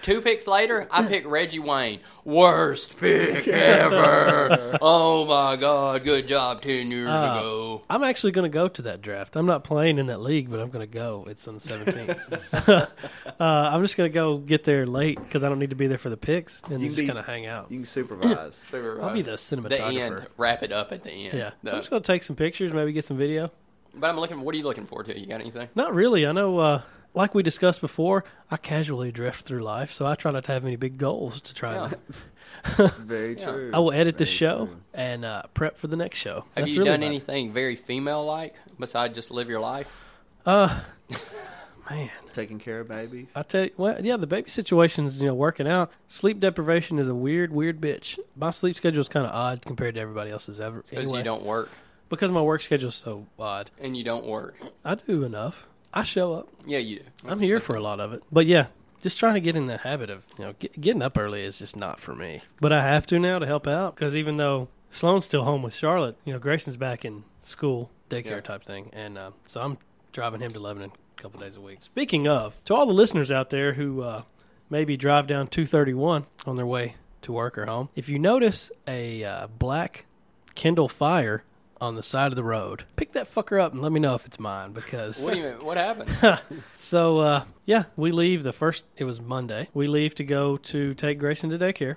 Speaker 1: two picks later, I pick Reggie Wayne. Worst
Speaker 3: [laughs]
Speaker 1: pick ever. oh my God. Good job 10 years
Speaker 2: Uh,
Speaker 1: ago.
Speaker 2: I'm actually going to go to that draft. I'm not playing in that league, but I'm going to go. It's on
Speaker 3: [laughs]
Speaker 2: the 17th. [laughs] uh, I'm just going to go get there late because I don't need to be there for the picks and
Speaker 3: You
Speaker 2: just
Speaker 3: can be-
Speaker 2: kind of hang out.
Speaker 3: You can [laughs] supervise.
Speaker 1: Super,
Speaker 2: I'll
Speaker 1: uh,
Speaker 2: be the
Speaker 1: the
Speaker 2: cinematographer.
Speaker 1: end. Wrap it up at the end.
Speaker 2: Yeah,
Speaker 1: The-
Speaker 2: I'm just going to take some pictures, maybe get some video.
Speaker 1: but I'm looking. What are you looking forward to? You got anything?
Speaker 2: Not really. I know, uh, like we discussed before, I casually drift through life, so I try not to have any big goals to try. and-
Speaker 3: Very
Speaker 1: Yeah.
Speaker 3: true.
Speaker 2: I will edit this
Speaker 3: Very
Speaker 2: show
Speaker 3: true.
Speaker 2: and uh, prep for the next show.
Speaker 1: Have
Speaker 2: That's
Speaker 1: you
Speaker 2: really
Speaker 1: done
Speaker 2: about it.
Speaker 1: anything very female like besides just live your life?
Speaker 2: uh, Man,
Speaker 3: Taking care of babies.
Speaker 2: I tell you what. Yeah, the baby situation's you know working out. Sleep deprivation is a weird, weird bitch. My sleep schedule is kind of odd compared to everybody else's ever.
Speaker 1: Because
Speaker 2: anyway.
Speaker 1: you don't work
Speaker 2: Because my work schedule's so odd.
Speaker 1: and you don't work.
Speaker 2: I do enough. I show up.
Speaker 1: Yeah, you do.
Speaker 2: I'm here for a lot of it. But yeah, just trying to get in the habit of, you know, get, getting up early is just not for me. But I have to now to help out because even though Sloan's still home with Charlotte, you know, Grayson's back in school, daycare
Speaker 1: Yeah.
Speaker 2: type thing. And uh, so I'm driving him to Lebanon a couple days a week. Speaking of, to all the listeners out there who uh, maybe drive down 231 on their way to work or home, if you notice a uh, black Kindle Fire on the side of the road, pick that fucker up and let me know if it's mine because.
Speaker 1: What, do you mean, what
Speaker 2: [laughs]
Speaker 1: happened?
Speaker 2: So uh, yeah, we leave the first. It was Monday. We leave to go to take Grayson to daycare,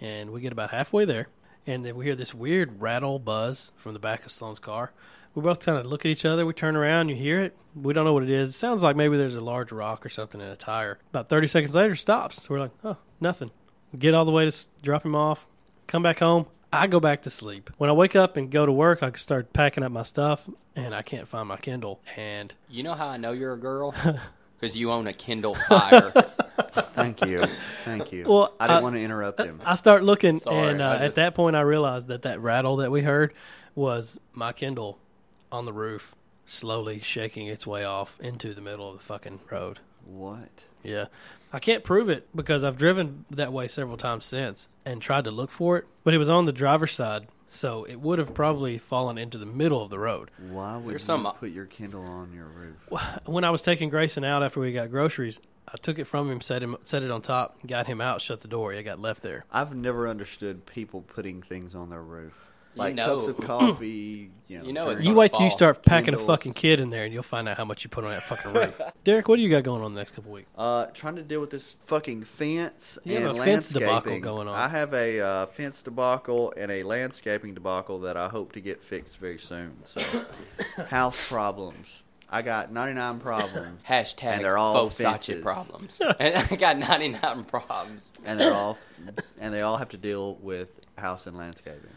Speaker 2: and we get about halfway there, and then we hear this weird rattle buzz from the back of Sloan's car. We both kind of look at each other. We turn around. You hear it. We don't know what it is. It sounds like maybe there's a large rock or something in a tire. About thirty seconds later, it stops. So we're like, oh, nothing. Get all the way to s- drop him off. Come back home. I go back to sleep. When I wake up and go to work, I start packing up my stuff, and I can't find my Kindle. And
Speaker 1: You know how I know you're a
Speaker 2: [laughs]
Speaker 1: girl? Because you own a Kindle Fire.
Speaker 3: Thank you. Thank you.
Speaker 2: Well, uh,
Speaker 3: I didn't
Speaker 2: I-
Speaker 3: want to interrupt him.
Speaker 2: I start looking,
Speaker 1: Sorry,
Speaker 2: and uh,
Speaker 1: I
Speaker 2: at
Speaker 1: just-
Speaker 2: that point, I realized that that rattle that we heard was my Kindle on the roof, slowly shaking its way off into the middle of the fucking road.
Speaker 3: What?
Speaker 2: Yeah, I can't prove it because I've driven that way several times since and tried to look for it, but it was on the driver's side, so it would have probably fallen into the middle of the road.
Speaker 3: Why would
Speaker 1: There's
Speaker 3: you
Speaker 1: some-
Speaker 3: put your Kindle on your roof?
Speaker 2: When I was taking Grayson out after we got groceries, I took it from him, set him, set it on top, got him out, shut the door. It got left there.
Speaker 3: I've never understood people putting things on their roof,
Speaker 1: You
Speaker 3: like cups
Speaker 1: know-
Speaker 3: of coffee. You know,
Speaker 1: You know it's
Speaker 3: drinks.
Speaker 2: You
Speaker 1: gonna
Speaker 2: wait till you
Speaker 1: fall.
Speaker 2: start packing a
Speaker 3: Kindles.
Speaker 2: fucking kid in there, and you'll find out how much you put on that fucking roof. Derek, what do you got going on the next couple weeks?
Speaker 3: Uh, trying to deal with this fucking fence
Speaker 2: You have
Speaker 3: and
Speaker 2: a fence
Speaker 3: landscaping
Speaker 2: debacle going on.
Speaker 3: I have a uh, fence debacle and a landscaping debacle that I hope to get fixed very soon.
Speaker 2: [coughs]
Speaker 3: So, house problems. I got 99 problems,
Speaker 1: Hashtag
Speaker 3: And they're all
Speaker 1: faux sache
Speaker 3: fences.
Speaker 2: [laughs]
Speaker 1: problems. And I got 99 problems.
Speaker 3: and they're all, and they all have to deal with house and landscaping.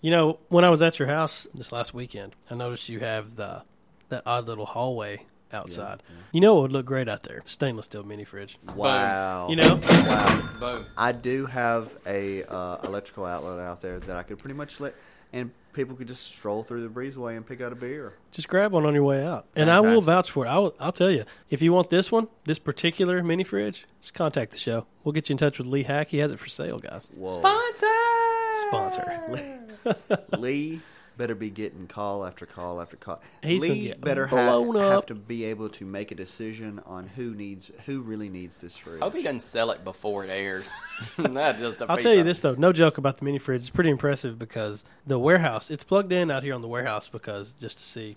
Speaker 2: You know, when I was at your house this last weekend, I noticed you have the that odd little hallway outside. You know, it would look great out there. Stainless steel mini fridge.
Speaker 3: Wow.
Speaker 2: You know?
Speaker 3: Wow.
Speaker 1: Boom.
Speaker 3: I do have a uh, electrical outlet out there that I could pretty much let, and people could just stroll through the breezeway and pick out a beer.
Speaker 2: Just grab one on your way out, and I will
Speaker 3: Fantastic.
Speaker 2: vouch for it. I will, I'll tell you if you want this one, this particular mini fridge, just contact the show. We'll get you in touch with Lee Hack. He has it for sale, guys.
Speaker 3: Whoa.
Speaker 2: Sponsor.
Speaker 3: Lee better be getting call after call after call.
Speaker 2: He's gonna
Speaker 3: Lee
Speaker 2: get
Speaker 3: better
Speaker 2: blown
Speaker 3: have, have
Speaker 2: up.
Speaker 3: to be able to make a decision on who needs who really needs this fridge.
Speaker 1: Hope he doesn't sell it before it airs. [laughs] that just
Speaker 2: I'll tell you this though, no joke about the mini fridge. It's pretty impressive because the warehouse. It's plugged in out here on the warehouse because just to see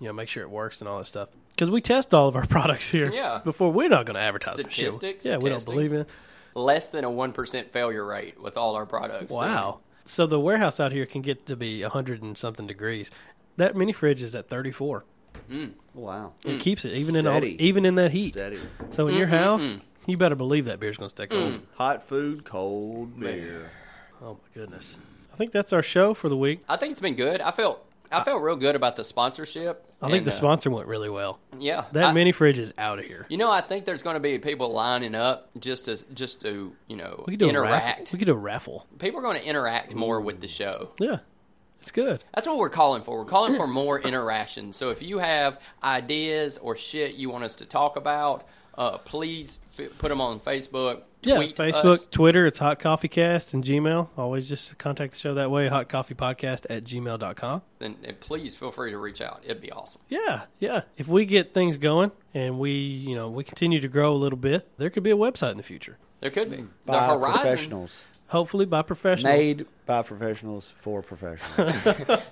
Speaker 2: you know, make sure it works and all that stuff. Because we test all of our [laughs] products here
Speaker 1: Yeah.
Speaker 2: before we're not going to advertise for shit.
Speaker 1: Statistics,
Speaker 2: Yeah, we don't
Speaker 1: testing.
Speaker 2: believe in. it.
Speaker 1: Less than a one percent failure rate with all our products.
Speaker 2: Wow. So the warehouse out here can get to be hundred and something degrees. That mini fridge is at thirty four.
Speaker 3: Wow.
Speaker 2: It keeps it even in all
Speaker 3: Steady.
Speaker 2: even in that heat.
Speaker 3: Steady.
Speaker 2: So in your house, you better believe that beer's going to stay cold.
Speaker 3: Hot food, cold beer.
Speaker 2: Oh my goodness. I think that's our show for the week.
Speaker 1: I think it's been good. I felt I felt real good about the sponsorship.
Speaker 2: I think
Speaker 1: and,
Speaker 2: the
Speaker 1: uh,
Speaker 2: sponsor went really well.
Speaker 1: yeah,
Speaker 2: That
Speaker 1: I-
Speaker 2: mini fridge is out of here.
Speaker 1: You know, I think there's going to be people lining up just to just to you know
Speaker 2: We could do a raffle.
Speaker 1: interact.
Speaker 2: We could do a raffle.
Speaker 1: People are going to interact more with the show.
Speaker 2: Yeah, it's good.
Speaker 1: That's what we're calling for. We're calling for more [coughs] interaction. So if you have ideas or shit you want us to talk about, uh, please f- put them on Facebook.
Speaker 2: Yeah,
Speaker 1: tweet
Speaker 2: Facebook,
Speaker 1: us.
Speaker 2: Twitter, it's Hot Coffee Cast and Gmail. Always just contact the show that way, hotcoffeepodcast at gmail.com.
Speaker 1: and, and please feel free to reach out. It'd be awesome.
Speaker 2: Yeah, yeah. If we get things going and we, you know, we continue to grow a little bit, there could be a website in the future.
Speaker 1: There could be
Speaker 3: By
Speaker 1: the horizon.
Speaker 3: professionals.
Speaker 2: Hopefully by professionals.
Speaker 3: Made by professionals for professionals.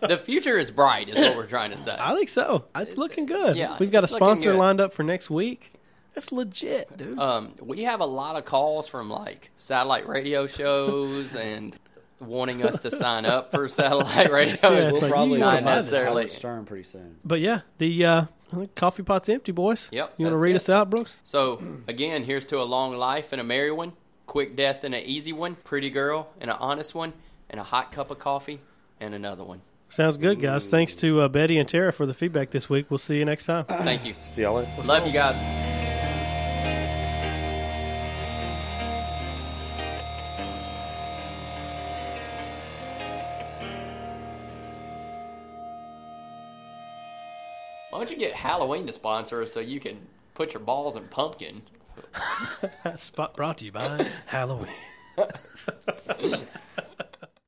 Speaker 1: The future is bright, is what we're trying to say.
Speaker 2: [coughs] I think so. It's, looking good.
Speaker 1: yeah,
Speaker 2: We've got a
Speaker 1: it's looking
Speaker 2: sponsor
Speaker 1: good.
Speaker 2: lined up for next week. That's legit, dude.
Speaker 1: Um, we have a lot of calls from like satellite radio shows and wanting us to sign up
Speaker 2: [laughs]
Speaker 1: for satellite radio.
Speaker 2: Yeah,
Speaker 3: we'll
Speaker 2: It's like,
Speaker 3: probably
Speaker 2: you gotta
Speaker 3: not
Speaker 1: not necessarily.
Speaker 3: Stern pretty soon.
Speaker 2: but yeah, the uh, I think coffee pot's empty, boys.
Speaker 1: Yep,
Speaker 2: You want to
Speaker 1: that's
Speaker 2: read
Speaker 1: it.
Speaker 2: us out, Brooks?
Speaker 1: So again, here's to a long life and a merry one, quick death and an easy one, pretty girl and an honest one, and a hot cup of coffee and another one.
Speaker 2: Sounds good, guys. Thanks to uh, Betty and Tara for the feedback this week. We'll see you next time.
Speaker 1: Thank you.
Speaker 3: See y'all later.
Speaker 1: Love you guys. Why don't you get Halloween to sponsor us so you can put your balls in pumpkin?
Speaker 2: Spot brought to you by Halloween.